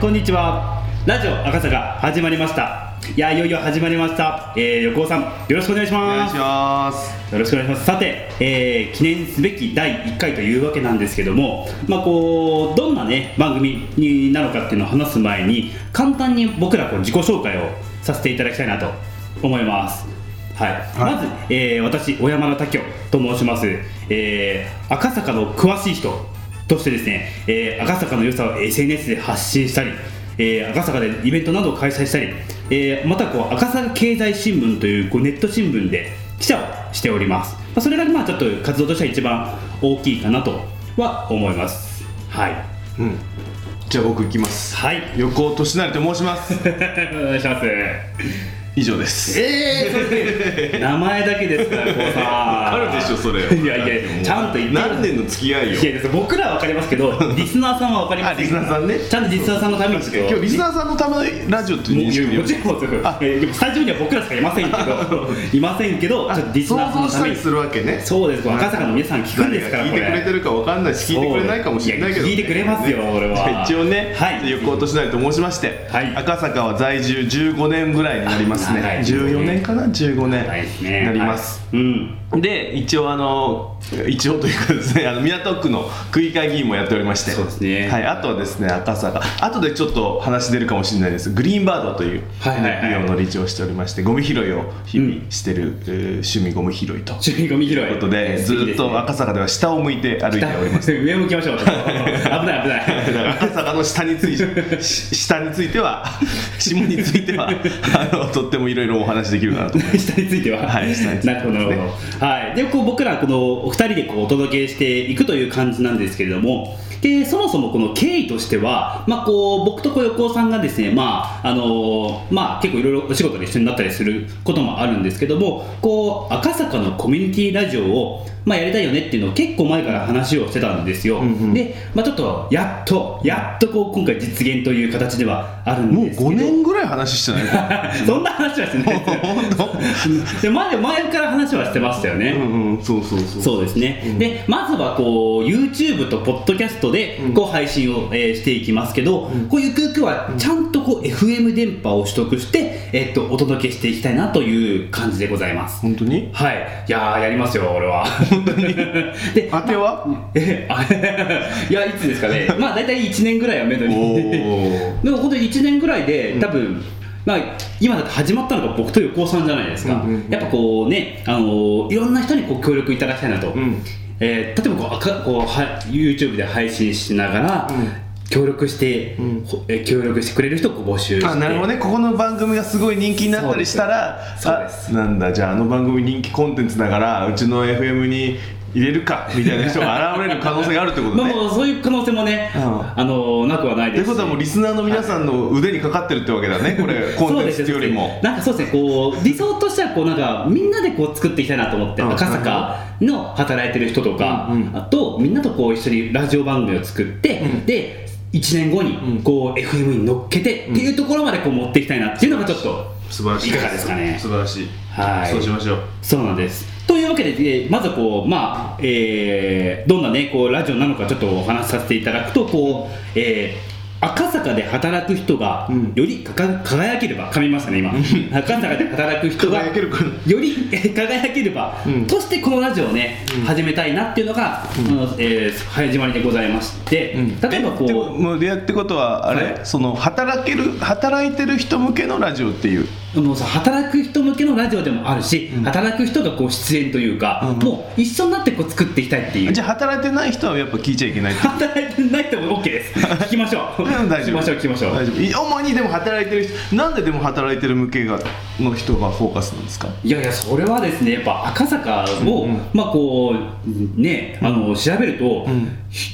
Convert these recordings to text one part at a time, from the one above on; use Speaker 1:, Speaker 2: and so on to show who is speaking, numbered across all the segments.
Speaker 1: こんにちはラジオ赤坂始まりましたいやいよいよ始まりました、えー、横尾さんよろしくお願いし
Speaker 2: お願
Speaker 1: ま
Speaker 2: い
Speaker 1: す
Speaker 2: します。
Speaker 1: よろしくお願いしますさて、えー記念すべき第1回というわけなんですけども、まあ、こうどんな、ね、番組になのかっていうのを話す前に簡単に僕らこう自己紹介をさせていただきたいなと思います、はい
Speaker 2: はい
Speaker 1: まず、えー私小山田多京と申します、えー赤坂の詳しい人としてですね、えー赤坂の良さを SNS で発信したり、えー赤坂でイベントなどを開催したり、えーまたこう赤坂経済新聞というこうネット新聞で記者をしております、まあ、それがまあちょっと活動としては一番大きいかなとは思いますはい
Speaker 2: うん。じゃあ僕行きます。
Speaker 1: はい
Speaker 2: 横尾俊成と申します。
Speaker 1: お願いします
Speaker 2: 以上です。
Speaker 1: え え名前だけですからこうさ
Speaker 2: あるでしょそ れ。
Speaker 1: いやいやちゃんと言ってる
Speaker 2: 何年の付き合いよ
Speaker 1: い。やです僕らは分かりますけどリスナーさんは分かりま
Speaker 2: あ
Speaker 1: す
Speaker 2: リスナーさんね。
Speaker 1: ちゃんとリスナーさんのために
Speaker 2: 今日リスナーさんのためのラジオっていう認識で
Speaker 1: ももちろんです
Speaker 2: あ
Speaker 1: えーでもスタジオには僕らしかいませんけ どいませんけどちょっとリスナーさん
Speaker 2: 想像
Speaker 1: の
Speaker 2: したた
Speaker 1: め
Speaker 2: り
Speaker 1: に
Speaker 2: するわけね。
Speaker 1: そうです赤坂の皆さん聞くんですから
Speaker 2: 聞いてくれてるかわかんないし聞いてくれないかもしれないけど
Speaker 1: いや聞いてくれますよ俺は
Speaker 2: じゃあ一応ね、
Speaker 1: はい
Speaker 2: 横尾俊成と申しまして、
Speaker 1: はい
Speaker 2: 赤坂は在住15年ぐらいになります
Speaker 1: あ
Speaker 2: ね
Speaker 1: 長い
Speaker 2: 14年かな15年
Speaker 1: はいですね
Speaker 2: なります、
Speaker 1: はいうん
Speaker 2: で一応あの一応というかですねあの港区の区議会議員もやっておりまして
Speaker 1: そうですね
Speaker 2: はい、あとはですね赤坂あとでちょっと話出るかもしれないですグリーンバードという
Speaker 1: はいはいはい
Speaker 2: NPO の理事をしておりましてゴミ拾いを日々してる、えー趣味ゴミ拾いと
Speaker 1: 趣味ゴミ拾い
Speaker 2: ということでずっと赤坂では下を向いて歩いておりま す
Speaker 1: 上向きましょうちょっと危ない危ない
Speaker 2: だから赤坂の下についてし下については 下についてはあのとってもいろいろお話できるかなと思 い
Speaker 1: 下については、
Speaker 2: はい下につい
Speaker 1: な
Speaker 2: て
Speaker 1: るほど、なるほどはい、でこう僕らこのお二人でこうお届けしていくという感じなんですけれどもでそもそもこの経緯としては、まあ、こう僕とこう横尾さんがですね、まああのまあ、結構いろいろお仕事で一緒になったりすることもあるんですけどもこう赤坂のコミュニティラジオを、まあ、やりたいよねっていうのを結構前から話をしてたんですよ、
Speaker 2: うんうん
Speaker 1: で、まあ、ちょっとやっとやっとこう今回実現という形ではあるん
Speaker 2: もう
Speaker 1: ですけど
Speaker 2: 5年ぐらい話してない
Speaker 1: そんな話はしてないですよ
Speaker 2: 本当
Speaker 1: で前前から話はしてましたよね、
Speaker 2: うんうんそうそうそう
Speaker 1: そうですね、
Speaker 2: うん
Speaker 1: でまずはこう YouTube と Podcast で
Speaker 2: うん
Speaker 1: こう配信を、えーしていきますけど、
Speaker 2: ん
Speaker 1: こうゆくゆくはちゃんとこう FM 電波を取得して、えっとお届けしていきたいなという感じでございます、
Speaker 2: 本当に
Speaker 1: はいいやーやりますよ俺は本当 にで
Speaker 2: 当ては
Speaker 1: えあ いやいつですかねまあ大体1年ぐらいはめど
Speaker 2: お
Speaker 1: に
Speaker 2: ー
Speaker 1: でも本当に1年ぐらいで多分、まあ、今だって始まったのが僕と横尾さんじゃないですか、
Speaker 2: うんうんうん
Speaker 1: やっぱこうね、あのーいろんな人にこう協力いただきたいなと、
Speaker 2: ん
Speaker 1: えー例えばこう赤こうは YouTube で配信しながら、
Speaker 2: うん
Speaker 1: 協力して、
Speaker 2: うん
Speaker 1: ほえー協力してくれる人をこう募集して
Speaker 2: あなるほどねここの番組がすごい人気になったりしたら
Speaker 1: そうですそう
Speaker 2: あなんだじゃああの番組人気コンテンツだからうちの FM に入れるかみたいな人が現れる可能性があるってこと
Speaker 1: まあ、
Speaker 2: ね
Speaker 1: もうそういう可能性もね、
Speaker 2: うん
Speaker 1: あのーなくはない
Speaker 2: っ
Speaker 1: で
Speaker 2: て
Speaker 1: すし
Speaker 2: ことはもうリスナーの皆さんの腕にかかってるってわけだねこ れコンテンツっていう
Speaker 1: そう
Speaker 2: より
Speaker 1: で
Speaker 2: も
Speaker 1: すなんかそうですねこう理想としてはこうなんかみんなでこう作っていきたいなと思って、
Speaker 2: うん
Speaker 1: 赤坂の働いてる人とか、
Speaker 2: うんうん
Speaker 1: あとみんなとこう一緒にラジオ番組を作って、
Speaker 2: うん
Speaker 1: で1年後
Speaker 2: う
Speaker 1: に
Speaker 2: ん
Speaker 1: こう FM に乗っけてっていうところまでこう持っていきたいなっていうのがちょっと
Speaker 2: 素晴ら
Speaker 1: しいいかがですかね素
Speaker 2: 晴らしい
Speaker 1: はいそうし
Speaker 2: ましょう
Speaker 1: そうなんですというわけで、えーまずこう、まあえーどんな、ね、こうラジオなのかちょっとお話しさせていただくとこう、えー赤坂で働く人が
Speaker 2: うん
Speaker 1: よりかか輝ければ、噛みましたね、今、赤坂で働く人が
Speaker 2: 輝けるかな
Speaker 1: よりえー輝ければ、
Speaker 2: うん
Speaker 1: としてこのラジオをね、始めたいなっていうのが、あのえー始まりでございまして、例えばこ
Speaker 2: って
Speaker 1: う。
Speaker 2: もう出会ってことはあれ、
Speaker 1: は
Speaker 2: その働ける働いてる人向けのラジオっていう
Speaker 1: もうさ働く人向けのラジオでもあるし、
Speaker 2: うん
Speaker 1: 働く人がこう出演というか、
Speaker 2: うん
Speaker 1: もう一緒になってこう作っていきたいっていう
Speaker 2: じゃあ働いてない人はやっぱ聞いちゃいけないって
Speaker 1: 働いてないとも OK です聞きましょう
Speaker 2: うん
Speaker 1: 聞
Speaker 2: 大
Speaker 1: き
Speaker 2: 丈夫
Speaker 1: ましょう聞きましょ う
Speaker 2: 大丈夫い主にでも働いてる人なんででも働いてる向けがの人がフォーカスなんですか
Speaker 1: いやいやそれはですねやっぱ赤坂を、
Speaker 2: うんうん
Speaker 1: まあこうねあの調べると、
Speaker 2: うん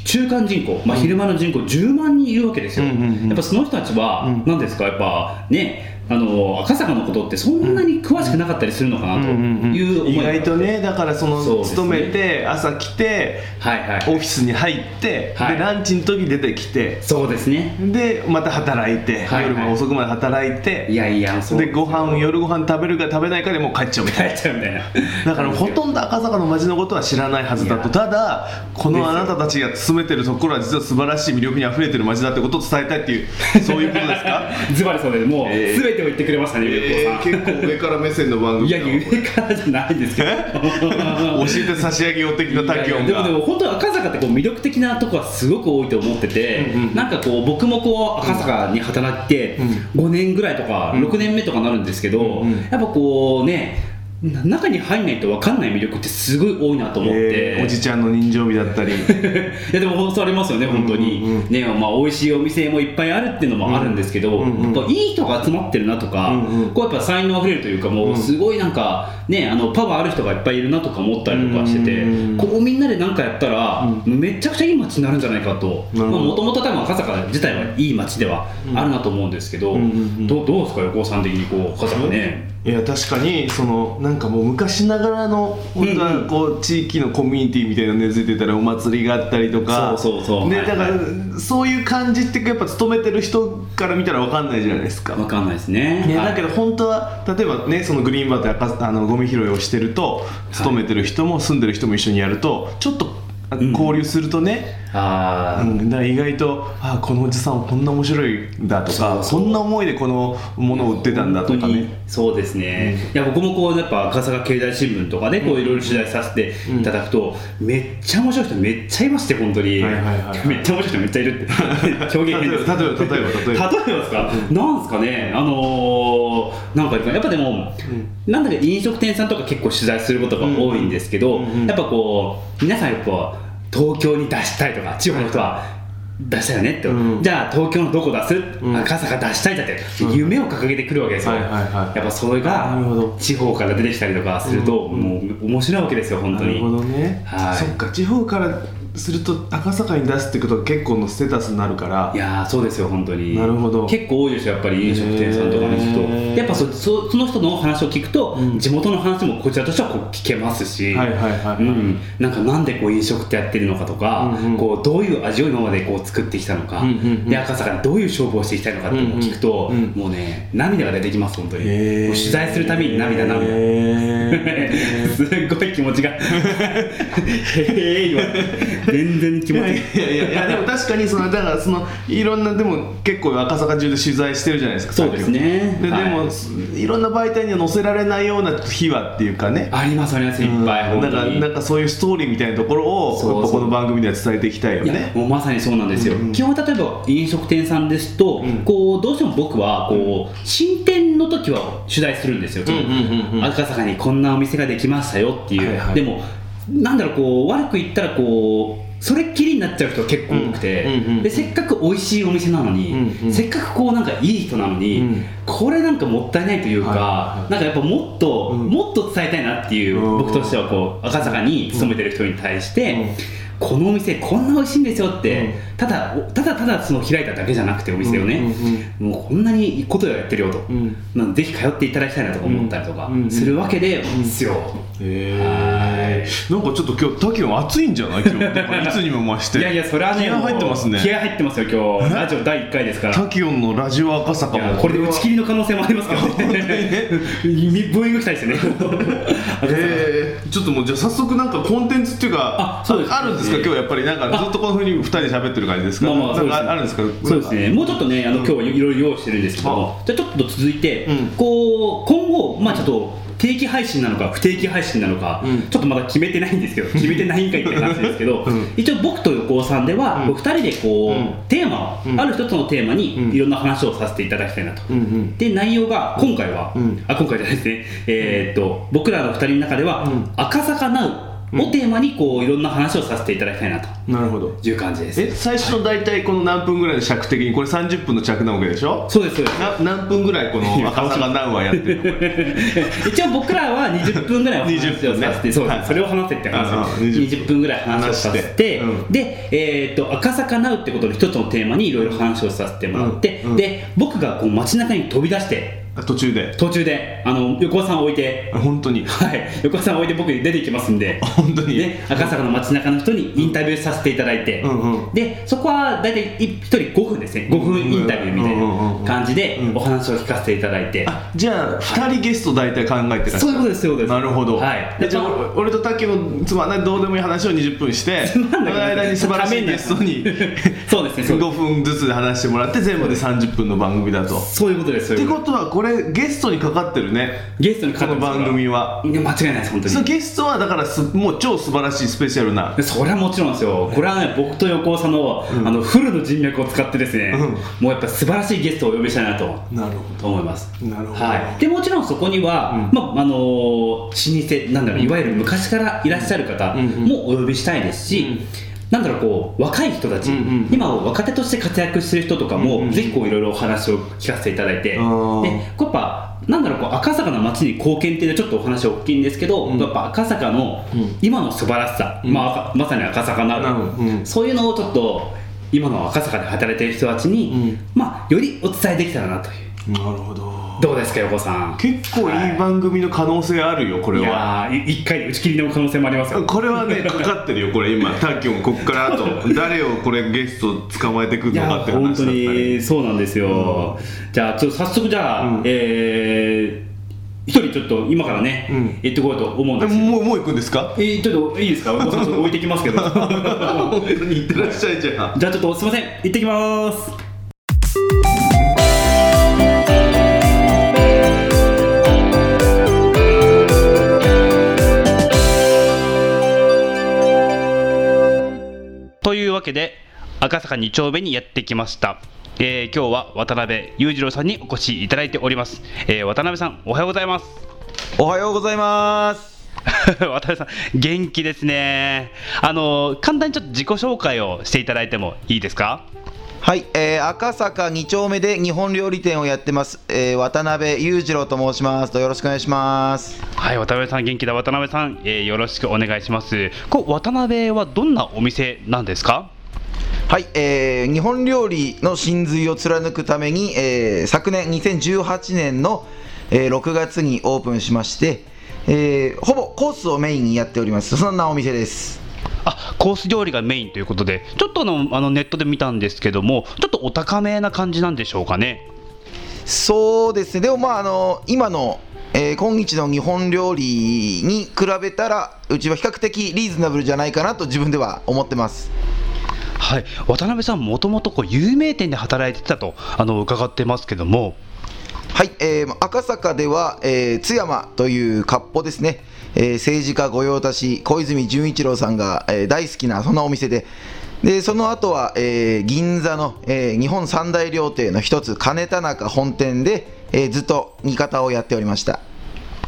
Speaker 1: 中間人口、まあ、昼間の人口10万人いるわけですよ、
Speaker 2: うんうんうん
Speaker 1: やっぱその人たちは、
Speaker 2: うん
Speaker 1: なんですかやっぱねあの赤坂のことってそんなに詳しくなかったりするのかなという思い
Speaker 2: 意
Speaker 1: が
Speaker 2: 外とねだからその
Speaker 1: そうですね
Speaker 2: 勤めて朝来て
Speaker 1: はいは
Speaker 2: オフ
Speaker 1: い
Speaker 2: ィスに入って、
Speaker 1: はい
Speaker 2: でランチの時出てきて
Speaker 1: そうですね
Speaker 2: でまた働いて、
Speaker 1: はいはい
Speaker 2: 夜も遅くまで働いて
Speaker 1: いやいやそう
Speaker 2: でご飯夜ご飯食べるか食べないかでもう帰っちゃうみたいな
Speaker 1: 帰っちゃうみたいな
Speaker 2: だからほとんど赤坂の街のことは知らないはずだと
Speaker 1: い
Speaker 2: ただこのあなたたちが勤めてるところは実は素晴らしい魅力にあふれてる街だってことを伝えたいっ ていうそういうことですか
Speaker 1: ズバリそうですもう、
Speaker 2: え
Speaker 1: 全
Speaker 2: ー
Speaker 1: てを言ってくれましたねゆうこさん、
Speaker 2: 結構上から目線の番
Speaker 1: いや上からじゃないんですけど
Speaker 2: 教えて差し上げよう的ない
Speaker 1: や
Speaker 2: タ
Speaker 1: い
Speaker 2: キオ
Speaker 1: や
Speaker 2: ン
Speaker 1: でもで
Speaker 2: が
Speaker 1: も本当に赤坂ってこう魅力的なとこはすごく多いと思ってて、
Speaker 2: うんうん
Speaker 1: なんかこう僕もこう赤坂に働いて5年ぐらいとか
Speaker 2: うん
Speaker 1: 6年目とかなるんですけど、
Speaker 2: うんうん
Speaker 1: やっぱこうねな中に入んないと分かんない魅力ってすごい多いなと思って、
Speaker 2: えーおじちゃんの人情味だったり
Speaker 1: いやでも本当ありますよね本当に、
Speaker 2: うんうん
Speaker 1: ねまあ美味しいお店もいっぱいあるっていうのもあるんですけど、
Speaker 2: うんうんうん
Speaker 1: やっぱいい人が集まってるなとか、
Speaker 2: うんうん
Speaker 1: こうやっぱ才能あふれるというかもうすごいなんかねあのパワーある人がいっぱいいるなとか思ったりとかしてて、
Speaker 2: うん
Speaker 1: こうみんなで何かやったら、
Speaker 2: う
Speaker 1: めちゃくちゃいい街になるんじゃないかと
Speaker 2: なるほど
Speaker 1: もともと多分赤坂自体はいい街ではあるなと思うんですけど、
Speaker 2: うんうんうん
Speaker 1: どうどうですか横尾さん的にこう赤坂ね、
Speaker 2: いや確かにそのなんかもう昔ながらの本当はこう地域のコミュニティみたいなの根付いてたらお祭りがあったりとか
Speaker 1: そうそうそう
Speaker 2: ね
Speaker 1: はいは
Speaker 2: だ
Speaker 1: い
Speaker 2: からそういう感じってやっぱ勤めてる人から見たらわかんないじゃないですか
Speaker 1: わかんないですね
Speaker 2: ね、
Speaker 1: はい
Speaker 2: だけど本当は例えばねそのグリーンバーで赤あのゴミ拾いをしてると勤めてる人も住んでる人も一緒にやるとちょっとあ
Speaker 1: ん
Speaker 2: 交流するとね、
Speaker 1: あー
Speaker 2: うんだから意外とあこのおじさんこんな面白いんだとか
Speaker 1: そうそう
Speaker 2: こんな思いでこのものを売ってたんだと
Speaker 1: 本
Speaker 2: か
Speaker 1: 当に
Speaker 2: ね
Speaker 1: そうですね、いや僕もこうやっぱ赤坂経済新聞とかでこういろいろ取材させていただくと、めっちゃ面白い人めっちゃいまして本当に、
Speaker 2: はいはいはいはい
Speaker 1: めっちゃ面白い人めっちゃいるっ て表現変です
Speaker 2: 例えば例えば例えば例えば
Speaker 1: 例えばですか、なんですかねあのーなんかやっぱでも、なんだか飲食店さんとか結構取材することが多いんですけど、
Speaker 2: うんうん
Speaker 1: やっぱこう皆さんやっぱ東京に出したいとか地方の人は出したいよねって、
Speaker 2: うん
Speaker 1: じゃあ東京のどこ出す、
Speaker 2: うん
Speaker 1: 赤坂出したいだって夢を掲げてくるわけですよ、
Speaker 2: はいはいはい
Speaker 1: やっぱそれ
Speaker 2: なるほ
Speaker 1: が
Speaker 2: ど
Speaker 1: 地方から出てきたりとかすると、
Speaker 2: うん
Speaker 1: もう面白いわけですよ本当
Speaker 2: なる
Speaker 1: に
Speaker 2: ほどね、
Speaker 1: はい
Speaker 2: そっか地方からすると赤坂に出すってことが結構のステータスになるから
Speaker 1: いやーそうですよ本当に
Speaker 2: なるほど
Speaker 1: 結構多いですよやっぱり飲食店さんとかに行
Speaker 2: へ
Speaker 1: く
Speaker 2: ー
Speaker 1: とやっぱそそその人の話を聞くと、
Speaker 2: うん
Speaker 1: 地元の話もこちらとしてはこう聞けますし、
Speaker 2: はいはいはいはい
Speaker 1: うん、なんかなんでこう飲食ってやってるのかとか、
Speaker 2: うんうん
Speaker 1: こうどういう味を今までこう作ってきたのか、
Speaker 2: うんうんうん
Speaker 1: で赤坂でどういう勝負をしていきたいのかっていうのを聞くと、
Speaker 2: うんうん
Speaker 1: もうね涙が出てきます本当に、
Speaker 2: へー
Speaker 1: もう取材するたびに涙涙、
Speaker 2: へー
Speaker 1: すっごい気持ちがへえ今全然気
Speaker 2: い
Speaker 1: 持ち
Speaker 2: や
Speaker 1: が
Speaker 2: いやいやいやでも確かにそのだからそのいろんなでも結構赤坂中で取材してるじゃないですか
Speaker 1: そうですね
Speaker 2: さっきもで,、
Speaker 1: はい
Speaker 2: でもいろんな媒体には載せられないような秘話っていうか ね
Speaker 1: ありますありますいっぱい、
Speaker 2: う
Speaker 1: 本
Speaker 2: んなん
Speaker 1: 当
Speaker 2: か
Speaker 1: に
Speaker 2: なんかそういうストーリーみたいなところを
Speaker 1: そうそう
Speaker 2: やっぱこの番組では伝えていきたいよ
Speaker 1: いや
Speaker 2: ね
Speaker 1: もうまさにそうなんですよ、
Speaker 2: うんうん
Speaker 1: 基本例えば飲食店さんですと、
Speaker 2: うん
Speaker 1: こうどうしても僕はこう新店の時は取材するんですよ、
Speaker 2: うんうんうんうん
Speaker 1: 赤坂にこんなお店ができましたよっていう、
Speaker 2: はいはい
Speaker 1: でもなんだろうこう悪く言ったらこうそれっきりになっちゃう人が結構多くて、
Speaker 2: うんうんうん
Speaker 1: でせっかく美味しいお店なのに、
Speaker 2: うんうん
Speaker 1: せっかくこうなんかいい人なのに、
Speaker 2: うん
Speaker 1: これなんかもったいないというか、
Speaker 2: はいはい
Speaker 1: なんかやっぱもっと、
Speaker 2: うん
Speaker 1: もっと伝えたいなっていう
Speaker 2: うん
Speaker 1: 僕としてはこう赤坂に勤めてる人に対して、
Speaker 2: うん
Speaker 1: このお店こんな美味しいんですよって、
Speaker 2: うん
Speaker 1: ただおただただその開いただけじゃなくてお店をね、もうこんなにいいことやってるよと、
Speaker 2: うん
Speaker 1: なんでぜひ通っていただきたいなとか思ったりとか
Speaker 2: うん
Speaker 1: するわけで
Speaker 2: ん
Speaker 1: すよ、
Speaker 2: へーなんかちょっと今日タキオン暑いんじゃない今 日なんかいつにも増して
Speaker 1: いやいやそれはね
Speaker 2: 気合入ってますね
Speaker 1: もう気合入ってますよ今日ラジオ第1回ですから
Speaker 2: タキオンのラジオ赤坂
Speaker 1: いや
Speaker 2: も
Speaker 1: これで打ち切りの可能性もありますけど ねブーイングしたいですね
Speaker 2: えー、ちょっともうじゃあ早速なんかコンテンツっていうか
Speaker 1: あそうです
Speaker 2: あるんですか今日やっぱりなんかずっとこのふうに2人で喋ってる感じですか、
Speaker 1: まあまあ
Speaker 2: なんかああ
Speaker 1: そう
Speaker 2: る
Speaker 1: で
Speaker 2: んですすか
Speaker 1: そうですねもうちょっとねあの、今日はいろいろ用意してるんですけどもじゃあちょっと続いて、
Speaker 2: うん
Speaker 1: こう今後まあちょっと定期配信なのか不定期配信なのか、
Speaker 2: うん
Speaker 1: ちょっとまだ決めてないんです けど決めてないんかいって感じですけど、
Speaker 2: うん
Speaker 1: 一応僕と横尾さんでは、
Speaker 2: うん
Speaker 1: こう二人でこう、
Speaker 2: うん
Speaker 1: テーマを、
Speaker 2: うん
Speaker 1: ある一つのテーマ
Speaker 2: うん
Speaker 1: にいろんな話をさせていただきたいなと、
Speaker 2: うんうん
Speaker 1: で内容が今回は、
Speaker 2: うん
Speaker 1: あ今回じゃないですね、えーっと僕らの2人の中では「
Speaker 2: うん
Speaker 1: 赤坂なう」をテーマにこういろんな話をさせていただきたいなと
Speaker 2: なるほど
Speaker 1: いう感じです
Speaker 2: え最初の大体この何分ぐらいの尺的にこれ30分の尺なわけでしょ
Speaker 1: そうですそうです
Speaker 2: な何分ぐらいこの赤坂ナウはやってるのこれ
Speaker 1: 一応僕らは20分ぐらいお話をさせて、
Speaker 2: 20分ね
Speaker 1: そう
Speaker 2: はい
Speaker 1: それを話せって
Speaker 2: ああ
Speaker 1: 話
Speaker 2: 20
Speaker 1: 20分ぐらい話をさせ
Speaker 2: 話しててうん
Speaker 1: で、えー、と赤坂なうってことの一つのテーマにいろいろ話をさせてもらって、
Speaker 2: うんうん
Speaker 1: で僕がこう街中に飛び出して
Speaker 2: 途中で
Speaker 1: 途中であの横尾さんを置いて、
Speaker 2: 本当に
Speaker 1: はい、横尾さんを置いて僕出てきますんで
Speaker 2: 本当に
Speaker 1: ね、赤坂の街中の人にインタビューさせていただいて、
Speaker 2: うんうん
Speaker 1: でそこは大体1人5分ですね5分インタビューみたい
Speaker 2: うんうんうんうん
Speaker 1: な感じで
Speaker 2: うん
Speaker 1: お話を聞かせていただいて、
Speaker 2: あじゃあ2人ゲスト大体考えてらっしゃ
Speaker 1: そういう
Speaker 2: る
Speaker 1: ことですそういうことです
Speaker 2: なるほど、
Speaker 1: はい
Speaker 2: でじゃあ
Speaker 1: まあ
Speaker 2: 俺俺と竹のつまんないどうでもいい話を20分してそ
Speaker 1: つまんな
Speaker 2: の
Speaker 1: くない
Speaker 2: 間に素晴らしいゲストに
Speaker 1: そうですねそう
Speaker 2: 5分ずつで話してもらって全部で30分の番組だとっ
Speaker 1: そういうことですそうい
Speaker 2: て
Speaker 1: うこ
Speaker 2: こととはこれゲストにかかってるね
Speaker 1: ゲストにか
Speaker 2: こ
Speaker 1: かっ
Speaker 2: の
Speaker 1: てます
Speaker 2: 番組は
Speaker 1: からいや間違いないです本当
Speaker 2: その
Speaker 1: に
Speaker 2: ゲストはだからすもう超素晴らしいスペシャルな
Speaker 1: でそれはもちろんですよこれはね僕と横尾さんの,、あのフルの人脈を使ってですね、
Speaker 2: うん
Speaker 1: もうやっぱ素晴らしいゲストをお呼びしたいなと
Speaker 2: なるほ
Speaker 1: と思います。
Speaker 2: なるほど
Speaker 1: はい、でもちろんそこには、
Speaker 2: うん
Speaker 1: まああのー老舗なんだろう、いわゆる昔からいらっしゃる方
Speaker 2: うんうん
Speaker 1: もお呼びしたいですし、
Speaker 2: うん
Speaker 1: なんだろうこう若い人たち、
Speaker 2: うんうん
Speaker 1: 今若手として活躍してる人とかも、
Speaker 2: うんうん
Speaker 1: ぜひこういろいろお話を聞かせていただいて、
Speaker 2: あー
Speaker 1: でこうやっぱなんだろうこう赤坂の街に貢献っていうのはちょっとお話大きいんですけど、
Speaker 2: うん
Speaker 1: やっぱ赤坂の
Speaker 2: うん
Speaker 1: 今の素晴らしさ、
Speaker 2: うん
Speaker 1: まあ、赤まさに赤坂な
Speaker 2: なるほどうん
Speaker 1: そういうのをちょっと今の赤坂で働いてる人たちに、
Speaker 2: うん
Speaker 1: まあ、よりお伝えできたらなという
Speaker 2: どなるほど
Speaker 1: どうですか横尾さん
Speaker 2: 結構いい番組の可能性あるよこれ
Speaker 1: い
Speaker 2: は
Speaker 1: やーい一回で打ち切りの可能性もありますよ
Speaker 2: これ は ね、かかってるよ、これ今、タッキョン、こっからあと、誰をこれゲスト捕まえてくる
Speaker 1: い
Speaker 2: の
Speaker 1: や
Speaker 2: かって
Speaker 1: ー
Speaker 2: 話だっ
Speaker 1: 本
Speaker 2: た
Speaker 1: 当
Speaker 2: り。
Speaker 1: にそうなんですよ、じゃあちょっと早速じゃあ、
Speaker 2: うん
Speaker 1: えー一人ちょっと今からね、
Speaker 2: うん
Speaker 1: 言ってこようと思うん
Speaker 2: で
Speaker 1: です
Speaker 2: も
Speaker 1: けど
Speaker 2: もう、もう行くんですか
Speaker 1: えーちょっといいですか横尾さんちょっと置いてきますけど
Speaker 2: 本当に行ってらっしゃいじゃん。
Speaker 1: じゃあちょっとすいません行ってきますというわけで赤坂2丁目にやってきました、えー今日は渡辺裕次郎さんにお越しいただいております、えー渡辺さんおはようございます
Speaker 3: おはようございます。
Speaker 1: 渡辺さん元気ですねあのー簡単にちょっと自己紹介をしていただいてもいいですか
Speaker 3: はい、えー、赤坂2丁目で日本料理店をやってます、えー、渡辺裕次郎と申します。どうよろしくお願いします。
Speaker 1: はい、渡辺さん、元気だ渡辺さん、えーよろしくお願いします。こう渡辺はどんなお店なんですか？
Speaker 3: はい、えー、日本料理の真髄を貫くために、えー、昨年2018年の、えー、6月にオープンしまして、えー、ほぼコースをメインにやっております。そんなお店です。
Speaker 1: あ、コース料理がメインということで、ちょっとあのあのネットで見たんですけども、ちょっとお高めな感じなんでしょうかね。
Speaker 3: そうですね、でもまああの今の、えー今日の日本料理に比べたら、うちは比較的リーズナブルじゃないかなと自分では思ってます。
Speaker 1: はい、渡辺さんもともとこう有名店で働いてたとあの伺ってますけども、
Speaker 3: はい、えー赤坂では、えー津山という割烹ですね、えー政治家御用達、小泉純一郎さんが、えー大好きな、そんなお店で、でその後は、えー銀座の、えー日本三大料亭の一つ、金田中本店で、えーずっと煮方をやっておりました。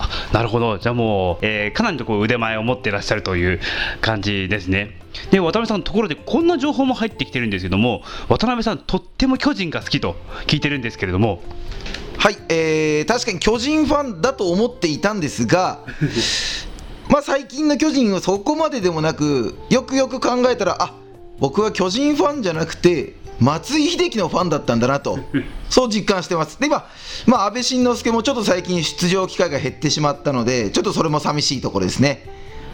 Speaker 1: あなるほど、じゃあもう、えーかなりのこう腕前を持ってらっしゃるという感じですね。で、渡辺さん、ところでこんな情報も入ってきてるんですけども、渡辺さん、とっても巨人が好きと聞いてるんですけれども、
Speaker 3: はい、えー確かに巨人ファンだと思っていたんですが、まあ最近の巨人はそこまででもなく、よくよく考えたら、あ僕は巨人ファンじゃなくて、松井秀喜のファンだったんだなと、そう実感してます。で、今、まあ、安倍晋之助もちょっと最近、出場機会が減ってしまったので、ちょっとそれも寂しいところですね。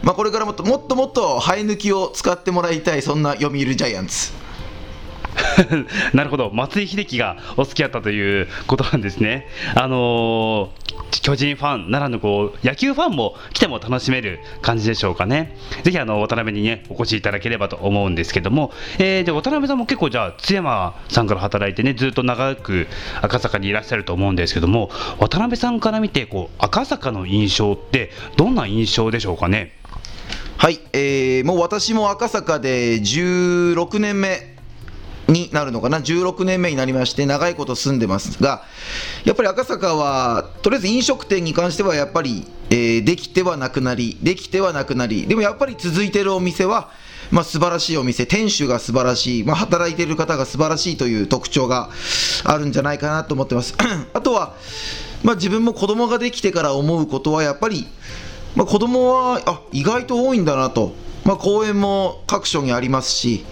Speaker 3: まあ、これからもっともっともっと生え抜きを使ってもらいたい、そんな読売ジャイアンツ。
Speaker 1: なるほど、松井秀喜がお好きだったということなんですね。あのー巨人ファンならぬこう野球ファンも来ても楽しめる感じでしょうかね。ぜひあの渡辺にねお越しいただければと思うんですけども、えーで渡辺さんも結構じゃあ津山さんから働いてねずっと長く赤坂にいらっしゃると思うんですけども、渡辺さんから見てこう赤坂の印象ってどんな印象でしょうかね。
Speaker 3: はい、えーもう私も赤坂で16年目になるのかな、16年目になりまして、長いこと住んでますが、やっぱり赤坂は、とりあえず飲食店に関しては、やっぱり、えーできてはなくなり、できてはなくなり、でもやっぱり続いてるお店は、まあ、素晴らしいお店、店主が素晴らしい、まあ、働いている方が素晴らしいという特徴があるんじゃないかなと思ってます。 あとは、まあ、自分も子供ができてから思うことは、やっぱり、まあ、子供はあ意外と多いんだなと、まあ、公園も各所にありますし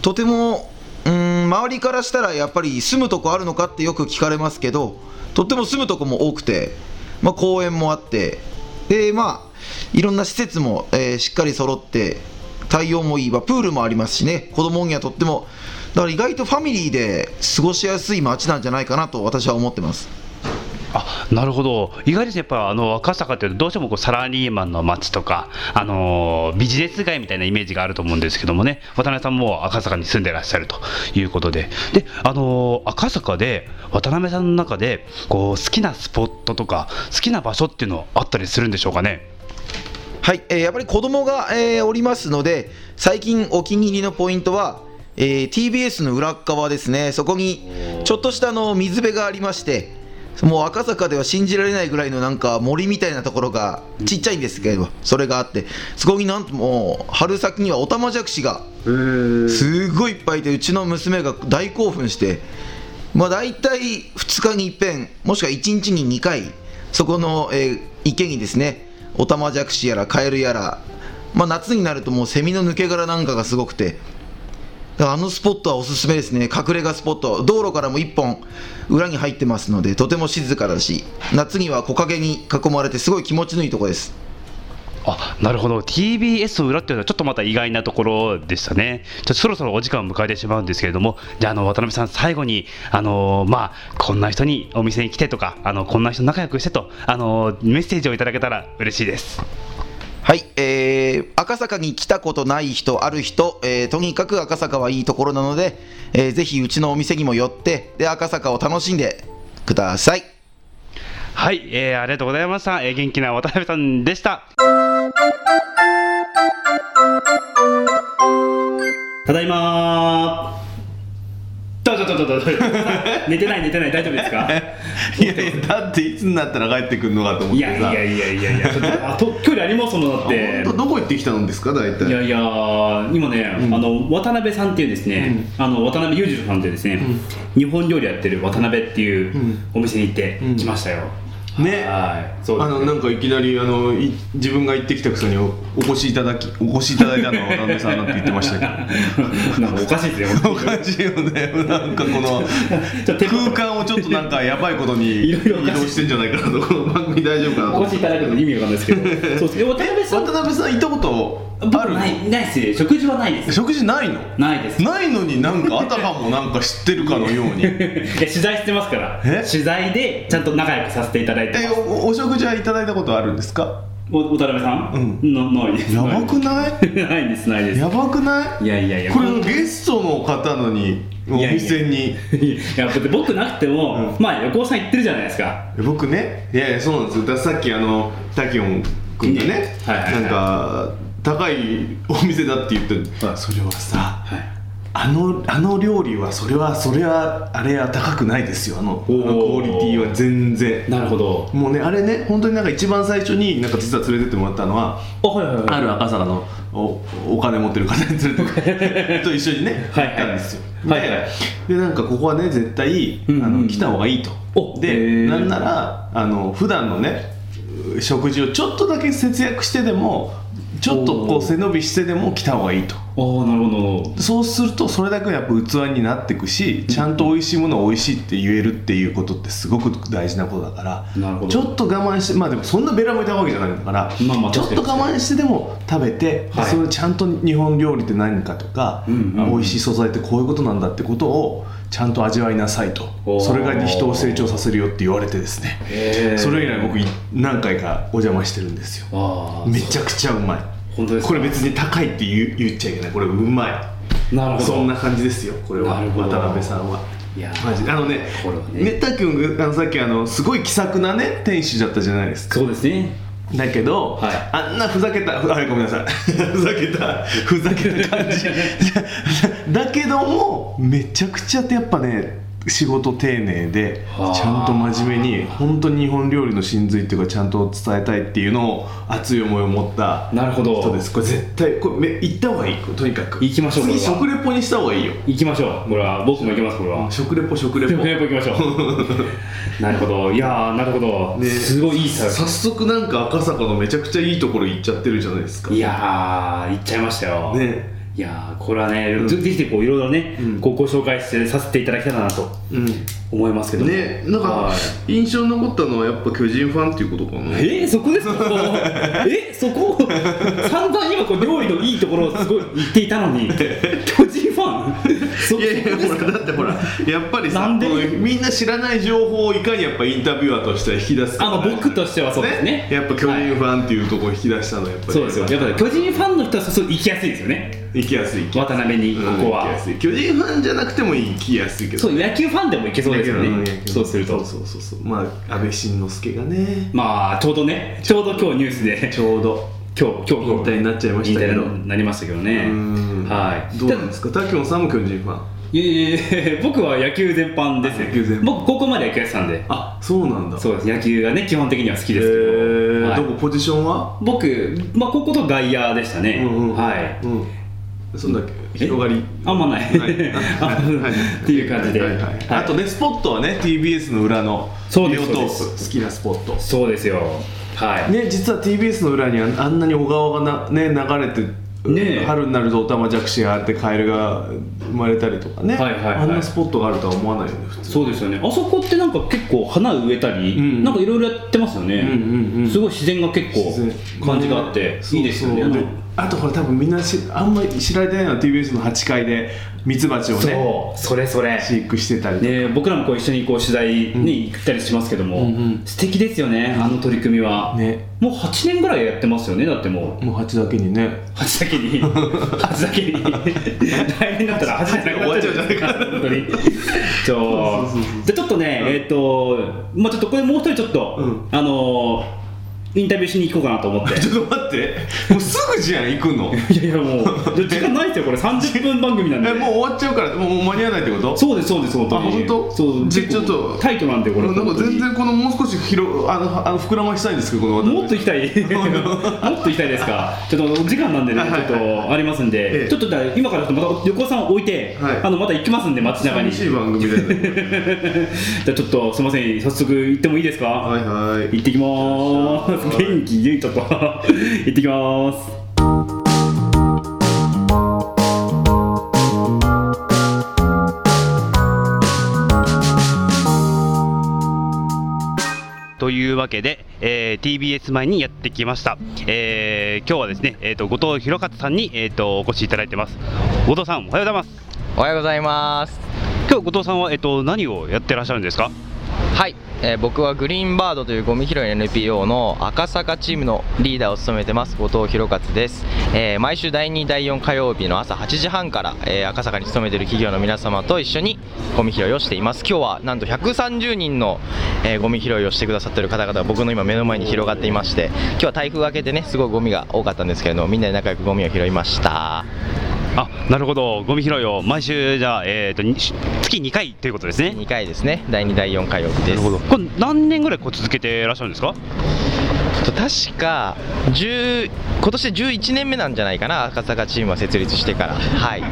Speaker 3: とてもうーん周りからしたらやっぱり住むとこあるのかってよく聞かれますけどとっても住むとこも多くて、まあ、公園もあってでまあいろんな施設も、えーしっかり揃って対応もいい、まあ、プールもありますしね子供にはとってもだから意外とファミリーで過ごしやすい街なんじゃないかなと私は思ってます
Speaker 4: あなるほど意外ですねやっぱあの赤坂ってどうしてもこうサラリーマンの街とか、あのービジネス街みたいなイメージがあると思うんですけどもね渡辺さんも赤坂に住んでらっしゃるということでで、あのー赤坂で渡辺さんの中でこう好きなスポットとか好きな場所っていうのあったりするんでしょうかね
Speaker 3: はい、えーやっぱり子供が、えーおりますので最近お気に入りのポイントは、えー TBS の裏っ側ですねそこにちょっとしたあの水辺がありましてもう赤坂では信じられないぐらいのなんか森みたいなところがちっちゃいんですけど、それがあってそこになんともう春先にはオタマジャクシがすごいいっぱいいてうちの娘が大興奮してまあ大体2日に一遍もしくは1日に2回そこの、えー池にですねオタマジャクシやらカエルやら、まあ、夏になるともうセミの抜け殻なんかがすごくてだからあのスポットはおすすめですね隠れ家スポット道路からも1本裏に入ってますのでとても静かだし夏には木陰に囲まれてすごい気持ちのいいとこです
Speaker 4: あなるほど TBS の裏っていうのはちょっとまた意外なところでしたねちょっとそろそろお時間を迎えてしまうんですけれどもじゃああの渡辺さん最後にあのーまあこんな人にお店に来てとかあのこんな人仲良くしてとあのーメッセージをいただけたら嬉しいです
Speaker 3: はい、えー赤坂に来たことない人、ある人、えーとにかく赤坂はいいところなので、えーぜひうちのお店にも寄って、で赤坂を楽しんでください。
Speaker 4: はい、えーありがとうございました、えー元気な渡辺さんでした
Speaker 1: ただいまーちょちょちょち ょちょ寝てない寝てない大丈夫ですか
Speaker 2: いやいやだっていつになったら帰ってくるのかと思っ
Speaker 1: い
Speaker 2: て
Speaker 1: や
Speaker 2: さ
Speaker 1: いやいやいやいやちょっとあと距離ありますものだって
Speaker 2: 本当どこ行ってきたんですか大
Speaker 1: いや
Speaker 2: 体
Speaker 1: いやー今ね、
Speaker 2: うん
Speaker 1: あの渡辺さんっていうですね、あの渡辺裕次郎さんっていうですね、日本料理やってる渡辺っていう
Speaker 2: うん
Speaker 1: お店に行って
Speaker 2: うん
Speaker 1: きましたよ、
Speaker 2: ね
Speaker 1: はいそう
Speaker 2: あ
Speaker 1: です
Speaker 2: のなんかいきなりあのい自分が行ってきたくせにおお越しいただきお越しいただいたのは渡辺さんなんて言ってましたけど
Speaker 1: なんかおかしいですね本当
Speaker 2: お
Speaker 1: に
Speaker 2: かしいよねなんかこの
Speaker 1: ちょっと
Speaker 2: 空間 をちょっとなんかやばいことに
Speaker 1: い
Speaker 2: 移
Speaker 1: ろいろお
Speaker 2: 動
Speaker 1: かしい
Speaker 2: してんじゃないかなとこの番組大丈夫かなと
Speaker 1: お越しいただくの意味わかんないです けどそうですね渡辺さん
Speaker 2: 渡辺さん行ったことあ
Speaker 1: 僕な
Speaker 2: る
Speaker 1: いないです食事はないです
Speaker 2: 食事ないの
Speaker 1: ない です
Speaker 2: ないのになんかあたかもなんか知ってるかのよう にえ
Speaker 1: いや取材してますから
Speaker 2: え
Speaker 1: 取材でちゃんと仲良くさせていただいてます
Speaker 2: おお食事はいただいたことあるんですか
Speaker 1: お渡辺さん、
Speaker 2: う
Speaker 1: のないです
Speaker 2: やばくない
Speaker 1: ないですないです
Speaker 2: やばくない
Speaker 1: いやいやいや
Speaker 2: これゲストの方のにお
Speaker 1: いやいや
Speaker 2: 店に
Speaker 1: いやだって僕なくても、
Speaker 2: うん
Speaker 1: まあ横尾さん言ってるじゃないですか
Speaker 2: 僕ねいやいやそうなんですよださっきあのタキオン君がね、
Speaker 1: はいはいはい
Speaker 2: なんか高いお店だって言ってる、
Speaker 1: はい
Speaker 2: それはさ、あのあの料理はそれはそれはあれは高くないですよあのあ
Speaker 1: おー
Speaker 2: のクオリティは全然
Speaker 1: なるほど
Speaker 2: もうねあれね本当になんか一番最初になんか実は連れてってもらったのは
Speaker 1: あはいはい
Speaker 2: ある赤坂のおお金持ってる方に連れて と一緒にね
Speaker 1: はい
Speaker 2: 行ったんですよ、
Speaker 1: はい
Speaker 2: で,、
Speaker 1: はい
Speaker 2: でなんかここはね絶対、
Speaker 1: うんうんうん
Speaker 2: あの来た方がいいと
Speaker 1: おへ
Speaker 2: で
Speaker 1: ー
Speaker 2: なんならあの普段のね食事をちょっとだけ節約してでもちょっとこ
Speaker 1: お
Speaker 2: う
Speaker 1: ー
Speaker 2: 背伸びしてでも来た方がいいと
Speaker 1: ああなるほど
Speaker 2: そうするとそれだけやっぱ器になっていくしちゃんと美味しいものを美味しいって言えるっていうことってすごく大事なことだから
Speaker 1: なるほど
Speaker 2: ちょっと我慢してまあでもそんなべらぼいたわけじゃないから、
Speaker 1: まあまあ
Speaker 2: ちょっと
Speaker 1: 確かに
Speaker 2: 我慢してでも食べて、
Speaker 1: はい
Speaker 2: それちゃんと日本料理って何かとか、
Speaker 1: うんうんうん
Speaker 2: 美味しい素材ってこういうことなんだってことをちゃんと味わいなさいと
Speaker 1: おー
Speaker 2: それが人を成長させるよって言われてですね
Speaker 1: へー
Speaker 2: それ以来僕い何回かお邪魔してるんですよ
Speaker 1: ああ
Speaker 2: めちゃくちゃうまい。
Speaker 1: 本当ですか
Speaker 2: これ別に高いって言う言っちゃいけないこれうまい
Speaker 1: なるほど
Speaker 2: そんな感じですよこれは
Speaker 1: なるほど
Speaker 2: 渡辺さんはい
Speaker 1: やー
Speaker 2: マジであのね
Speaker 1: これはね
Speaker 2: ねたき君があのさっきあのすごい気さくなね店主だったじゃないですか
Speaker 1: そうですね
Speaker 2: だけど、
Speaker 1: はい
Speaker 2: あんなふざけたふあ ごめんなさいふざけたふざけた 感じだけどもめちゃくちゃやっぱね仕事丁寧で
Speaker 1: はあ
Speaker 2: ちゃんと真面目に本当に日本料理の真髄っていうかちゃんと伝えたいっていうのを熱い思いを持った
Speaker 1: なるほど
Speaker 2: そうですこれ絶対これめ行った方がいいこれとにかく
Speaker 1: 行きましょう
Speaker 2: 次
Speaker 1: これは
Speaker 2: 食レポにした方がいいよ
Speaker 1: 行きましょうこれは僕も行きますこれは
Speaker 2: 食レポ食レ
Speaker 1: でも
Speaker 2: ポ
Speaker 1: 早く行きましょ うなるほどいやーなるほど、
Speaker 2: ね
Speaker 1: すごいいいサービス
Speaker 2: 早速なんか赤坂のめちゃくちゃいいところ行っちゃってるじゃないですか
Speaker 1: い
Speaker 2: ね
Speaker 1: やー、行っちゃいましたよ。
Speaker 2: え
Speaker 1: いやーこれはね、ぜぜひこういろいろね、
Speaker 2: うん
Speaker 1: こうご紹介してさせていただきたいなと
Speaker 2: うん
Speaker 1: 思いますけども
Speaker 2: ねなんか
Speaker 1: はい
Speaker 2: 印象に残ったのはやっぱ巨人ファンっていうことかな
Speaker 1: えー、そこですかえそこ散々今こう料理のいいところをすごい言っていたのに巨人ファンそ
Speaker 2: いやいやほらだってほらやっぱり
Speaker 1: な
Speaker 2: さ
Speaker 1: んで
Speaker 2: こうみんな知らない情報をいかにやっぱインタビュアーとして引き出すか
Speaker 1: あまあ僕としてはそうですね
Speaker 2: やっぱ巨人ファンっていうところを引き出したのはやっぱり
Speaker 1: そうですよやっぱり巨人ファンの人はそうそう行きやすいですよね
Speaker 2: 行きやすい行きや
Speaker 1: 渡辺に
Speaker 2: すい
Speaker 1: こ
Speaker 2: うん
Speaker 1: こ
Speaker 2: 行
Speaker 1: は
Speaker 2: き、やすい巨人ファンじゃなくても行きやすいけど
Speaker 1: そう野球ファンでもいけそうですよ
Speaker 2: だ
Speaker 1: ね
Speaker 2: けどうん
Speaker 1: そうすると
Speaker 2: そうそうそうそうまあ安倍晋之助がね
Speaker 1: まあちょうどねちょうど今日ニュースで
Speaker 2: ちょうど
Speaker 1: 今日今日
Speaker 2: 引退になっちゃいましたけど
Speaker 1: 引退になりましたけど
Speaker 2: う
Speaker 1: ね
Speaker 2: ん
Speaker 1: はい
Speaker 2: どうなんですか滝本さんも巨人ファン
Speaker 1: いやいやいや 僕は野球全般ですね
Speaker 2: 野球全般
Speaker 1: 僕高校まで野球やってたんで
Speaker 2: あそうなんだ
Speaker 1: そうです野球がね基本的には好きですけど,、
Speaker 2: え
Speaker 1: はい
Speaker 2: どこポジションは
Speaker 1: 僕、まあ、高校と外野でしたね、
Speaker 2: うんうん
Speaker 1: はい
Speaker 2: うんそんだっけ
Speaker 1: え
Speaker 2: 広がり
Speaker 1: あんまない、
Speaker 2: はい はい
Speaker 1: っていう感じで、
Speaker 2: はいはい
Speaker 1: はい
Speaker 2: あとねスポットはね TBS の裏の
Speaker 1: そうです
Speaker 2: ビオトープ
Speaker 1: そうで
Speaker 2: 好きなスポット
Speaker 1: そうですよはい、
Speaker 2: ね実は TBS の裏にはあんなに小川がな、ね、流れて
Speaker 1: ねえ
Speaker 2: 春になるとオタマジャクシがあってカエルが生まれたりとかね、
Speaker 1: はいはいはい
Speaker 2: あんなスポットがあるとは思わないよね普通
Speaker 1: そうですよねあそこってなんか結構花植えたり、
Speaker 2: うん
Speaker 1: なんかいろいろやってますよね、
Speaker 2: うんうんうん
Speaker 1: すごい自然が結
Speaker 2: 自然
Speaker 1: 構感じがあって、いいですよね
Speaker 2: そうそうであとこれ多分みんなしあんまり知られてないのは TBS の8階でミツバチを
Speaker 1: そう,、
Speaker 2: ね
Speaker 1: それそれ
Speaker 2: 飼育してたりとか
Speaker 1: ね、僕らもこう一緒にこう取材に行ったりしますけども、
Speaker 2: うんうん
Speaker 1: 素敵ですよねあの取り組みは、
Speaker 2: ね
Speaker 1: もう8年ぐらいやってますよねだってもう
Speaker 2: もう蜂だけにね
Speaker 1: 八だけ に八だけに来年だったら八じゃなくなっちゃうじゃないか本当にそうでちょっとね、えっ、とまあちょっとこれもう一人ちょっと、
Speaker 2: うん
Speaker 1: あのーインタビューしに行こうかなと思って
Speaker 2: ちょっと待ってもうすぐじゃん行く の
Speaker 1: いやいやもう時間ないですよこれ30分番組なんで
Speaker 2: えもう終わっちゃうからもう間に合わないってこと
Speaker 1: そうですそうです本当に
Speaker 2: あ本当
Speaker 1: そう
Speaker 2: じゃ
Speaker 1: 結構
Speaker 2: ちょっと
Speaker 1: タイトなんでこれ
Speaker 2: なんか全
Speaker 1: 本
Speaker 2: 然このもう少し広あのあの膨らましたいんですけどこの
Speaker 1: 当にもっと行き たいもっと行きたいですかちょっとお時間なんでねちょっとありますんで、
Speaker 2: ええ
Speaker 1: ちょっとじゃあ今からちょっとまた横尾さんを置いて、
Speaker 2: はい
Speaker 1: あのまた行きますんで街中に
Speaker 2: 寂しい番組だよね
Speaker 1: じゃあちょっとすみません早速行ってもいいですか、
Speaker 2: はいはい
Speaker 1: 行ってきまーす
Speaker 2: はい
Speaker 1: 元気でちょっと 行ってきまーす
Speaker 4: というわけで、えー TBS 前にやってきました、えー今日はですね、えー、と後藤弘勝さんに、えー、とお越しいただいてます後藤さんおはようございます
Speaker 5: おはようございます。
Speaker 4: 今日後藤さんは、えー、と何をやってらっしゃるんですか
Speaker 5: はい、えー僕はグリーンバードというゴミ拾い NPO の赤坂チームのリーダーを務めてます後藤弘勝です、えー毎週第2第4火曜日の朝8時半から、えー赤坂に勤めている企業の皆様と一緒にゴミ拾いをしています今日はなんと130人の、えーゴミ拾いをしてくださっている方々が僕の今目の前に広がっていまして今日は台風明けでねすごいゴミが多かったんですけれどもみんなで仲良くゴミを拾いました
Speaker 4: あなるほどゴミ拾いを毎週じゃあ、えー、とに月2回ということですね
Speaker 5: 2回ですね第2第4火曜日です
Speaker 4: なるほどこれ何年ぐらいこう続けてらっしゃるんですか
Speaker 5: えっと確か10今年で11年目なんじゃないかな赤坂チームは設立してからはい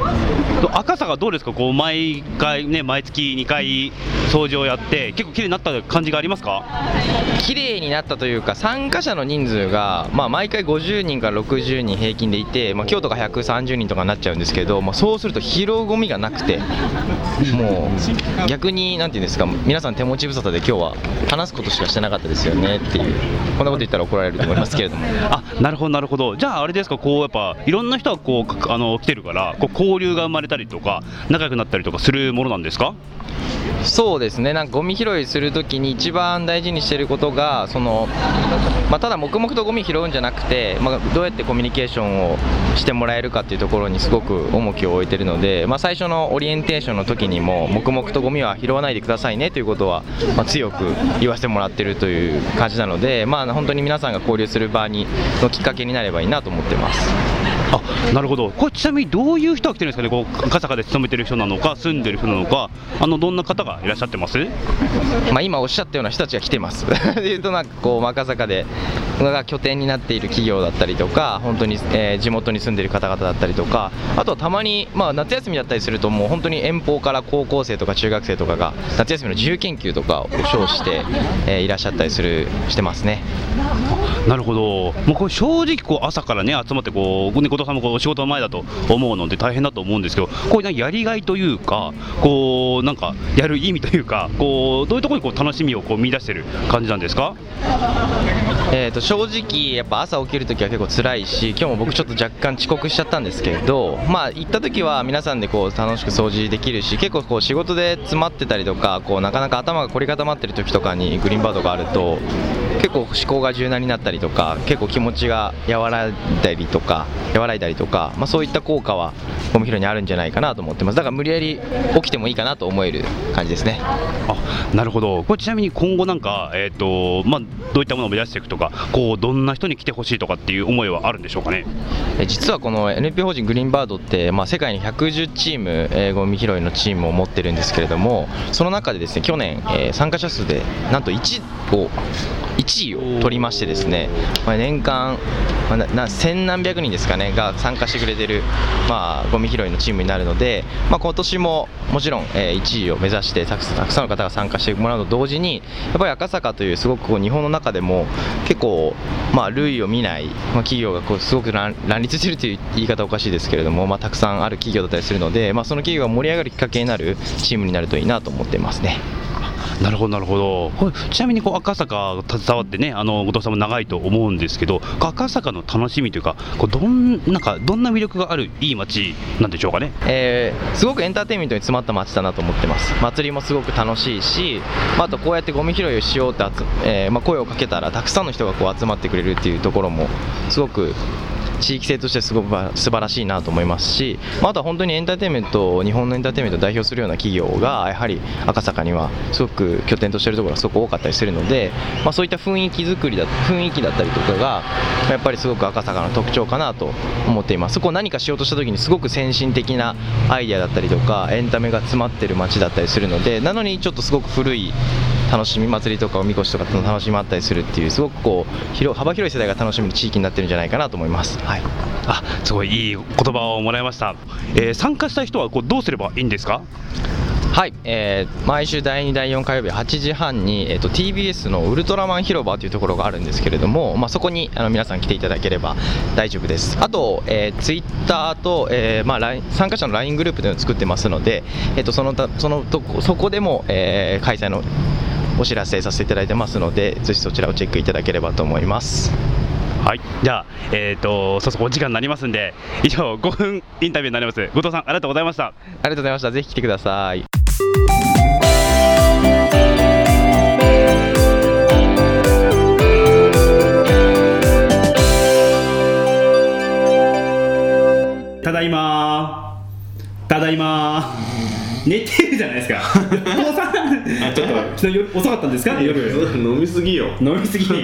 Speaker 4: と赤坂どうですかこう毎回ね毎月2回掃除をやって結構綺麗になった感じがありますか
Speaker 5: 綺麗になったというか参加者の人数が、まあ、毎回50人から60人平均でいて、まあ、今日とか130人とかになっちゃうんですけど、まあ、そうすると拾うゴミがなくてもう逆になんていうんですか皆さん手持ち無沙汰で今日は話すことしかしてなかったですよねっていうこんなこと言ったら怒られると思いますけれども
Speaker 4: あなるほどなるほどじゃああれですかこうやっぱいろんな人がこうかあの来てるからこう交流が生まれたりとか仲良くなったりとかするものなんですか
Speaker 5: そうですねなんかゴミ拾いするときに一番大事にしていることがその、まあ、ただ黙々とゴミ拾うんじゃなくて、まあ、どうやってコミュニケーションをしてもらえるかっていうところにすごく重きを置いてるので、まあ、最初のオリエンテーションの時にも黙々とゴミは拾わないでくださいねということは、まあ、強く言わせてもらってるという感じなので、まあ、本当に皆さんが交流する場にのきっかけになればいいなと思ってます。
Speaker 4: あなるほどこれちなみにどういう人が来てるんですかねこう赤坂で勤めてる人なのか住んでる人なのかあのどんな方がいらっしゃってます
Speaker 5: まあ、今おっしゃったような人たちが来てます。でいうとなんかこう赤坂でが拠点になっている企業だったりとか本当に、えー地元に住んでいる方々だったりとかあとはたまに、まあ、夏休みだったりするともう本当に遠方から高校生とか中学生とかが夏休みの自由研究とかを称して、えーいらっしゃったりするしてますね。
Speaker 4: なるほど、まあ、これ正直こう朝から、ね、集まってこう、ね、後藤さんもこうお仕事の前だと思うので大変だと思うんですけど、こういうなんかやりがいというか、こうなんかやる意味というか、こうどういうところにこう楽しみをこう見出してる感じなんですか
Speaker 5: えー、と正直、やっぱ朝起きるときは結構辛いし、今日も僕、ちょっと若干遅刻しちゃったんですけど、まあ、行ったときは皆さんでこう楽しく掃除できるし、結構こう仕事で詰まってたりとか、こうなかなか頭が凝り固まってるときとかにグリーンバードがあると、結構思考が柔軟になったりとか、結構気持ちが和らいだりとか、和らいだりとか、まあ、そういった効果は、ゴミ拾いにあるんじゃないかなと思ってます、だから無理やり起きてもいいかなと思える感じですね。
Speaker 4: あなるほど、これちなみに今後なんか、えーとまあ、どういったものを目指していくとか、こうどんな人に来てほしいとかっていう思いはあるんでしょうかね。
Speaker 5: え実はこの NP 法人グリーンバードって、まあ、世界に110チーム、えー、ゴミ拾いのチームを持ってるんですけれどもその中でですね去年、えー参加者数でなんと1を1位を取りましてですね、まあ、年間、まあなな千何百人ですかねが参加してくれてる、まあ、ゴミ拾いのチームになるので、まあ、今年ももちろん、えー1位を目指してたくさんたくさんの方が参加してもらうのと同時にやっぱり赤坂というすごくこう日本の中でも結構、まあ、類を見ない、まあ、企業がこうすごく乱乱立しているという言い方はおかしいですけれども、まあ、たくさんある企業だったりするので、まあ、その企業が盛り上がるきっかけになるチームになるといいなと思ってますね。
Speaker 4: なるほど、なるほど。これちなみにこう赤坂携わってね、あの後藤さんも長いと思うんですけど、赤坂の楽しみというか、こうどんなんかどんな魅力があるいい街なんでしょうかね。
Speaker 5: えーすごくエンターテインメントに詰まった街だなと思ってます祭りもすごく楽しいし、まあ、あとこうやってゴミ拾いをしようって集えーまあ、声をかけたらたくさんの人がこう集まってくれるっていうところもすごく地域性としてすごくば素晴らしいなと思いますし、まあ、あとは本当にエンターテインメントを日本のエンターテインメントを代表するような企業がやはり赤坂にはすごく拠点としているところがすごく多かったりするので、まあ、そういった雰囲気作りだ雰囲気だったりとかがやっぱりすごく赤坂の特徴かなと思っていますそこを何かしようとした時にすごく先進的なアイデアだったりとかエンタメが詰まってる街だったりするのでなのにちょっとすごく古い楽しみ祭りとかおみこしとかの楽しみもあったりするっていうすごくこう広幅広い世代が楽しめる地域になってるんじゃないかなと思います。はい
Speaker 4: あ、すごいいい言葉をもらいました。えー参加した人はこうどうすればいいんですか。
Speaker 5: はい、えー毎週第2、第4火曜日8時半に、えー、と TBS のウルトラマン広場というところがあるんですけれども、まあ、そこにあの皆さん来ていただければ大丈夫です。あと、えー、ツイッターと、えーまあ、LINE 参加者の LINE グループというのを作ってますので、えー、とその他そのとこそこでも、えー開催のお知らせさせていただいてますので、ぜひそちらをチェックいただければと思います。
Speaker 4: はい、じゃあ、えっ、と、早速お時間になりますんで、以上5分インタビューになります。後藤さん、ありがとうございました。
Speaker 5: ありがとうございました。ぜひ来てください。
Speaker 1: ただいまーただいまー寝てるじゃないです かお父さん ちょっと昨日夜遅かったんですかね夜
Speaker 2: 飲みすぎよ
Speaker 1: 飲みすぎ 言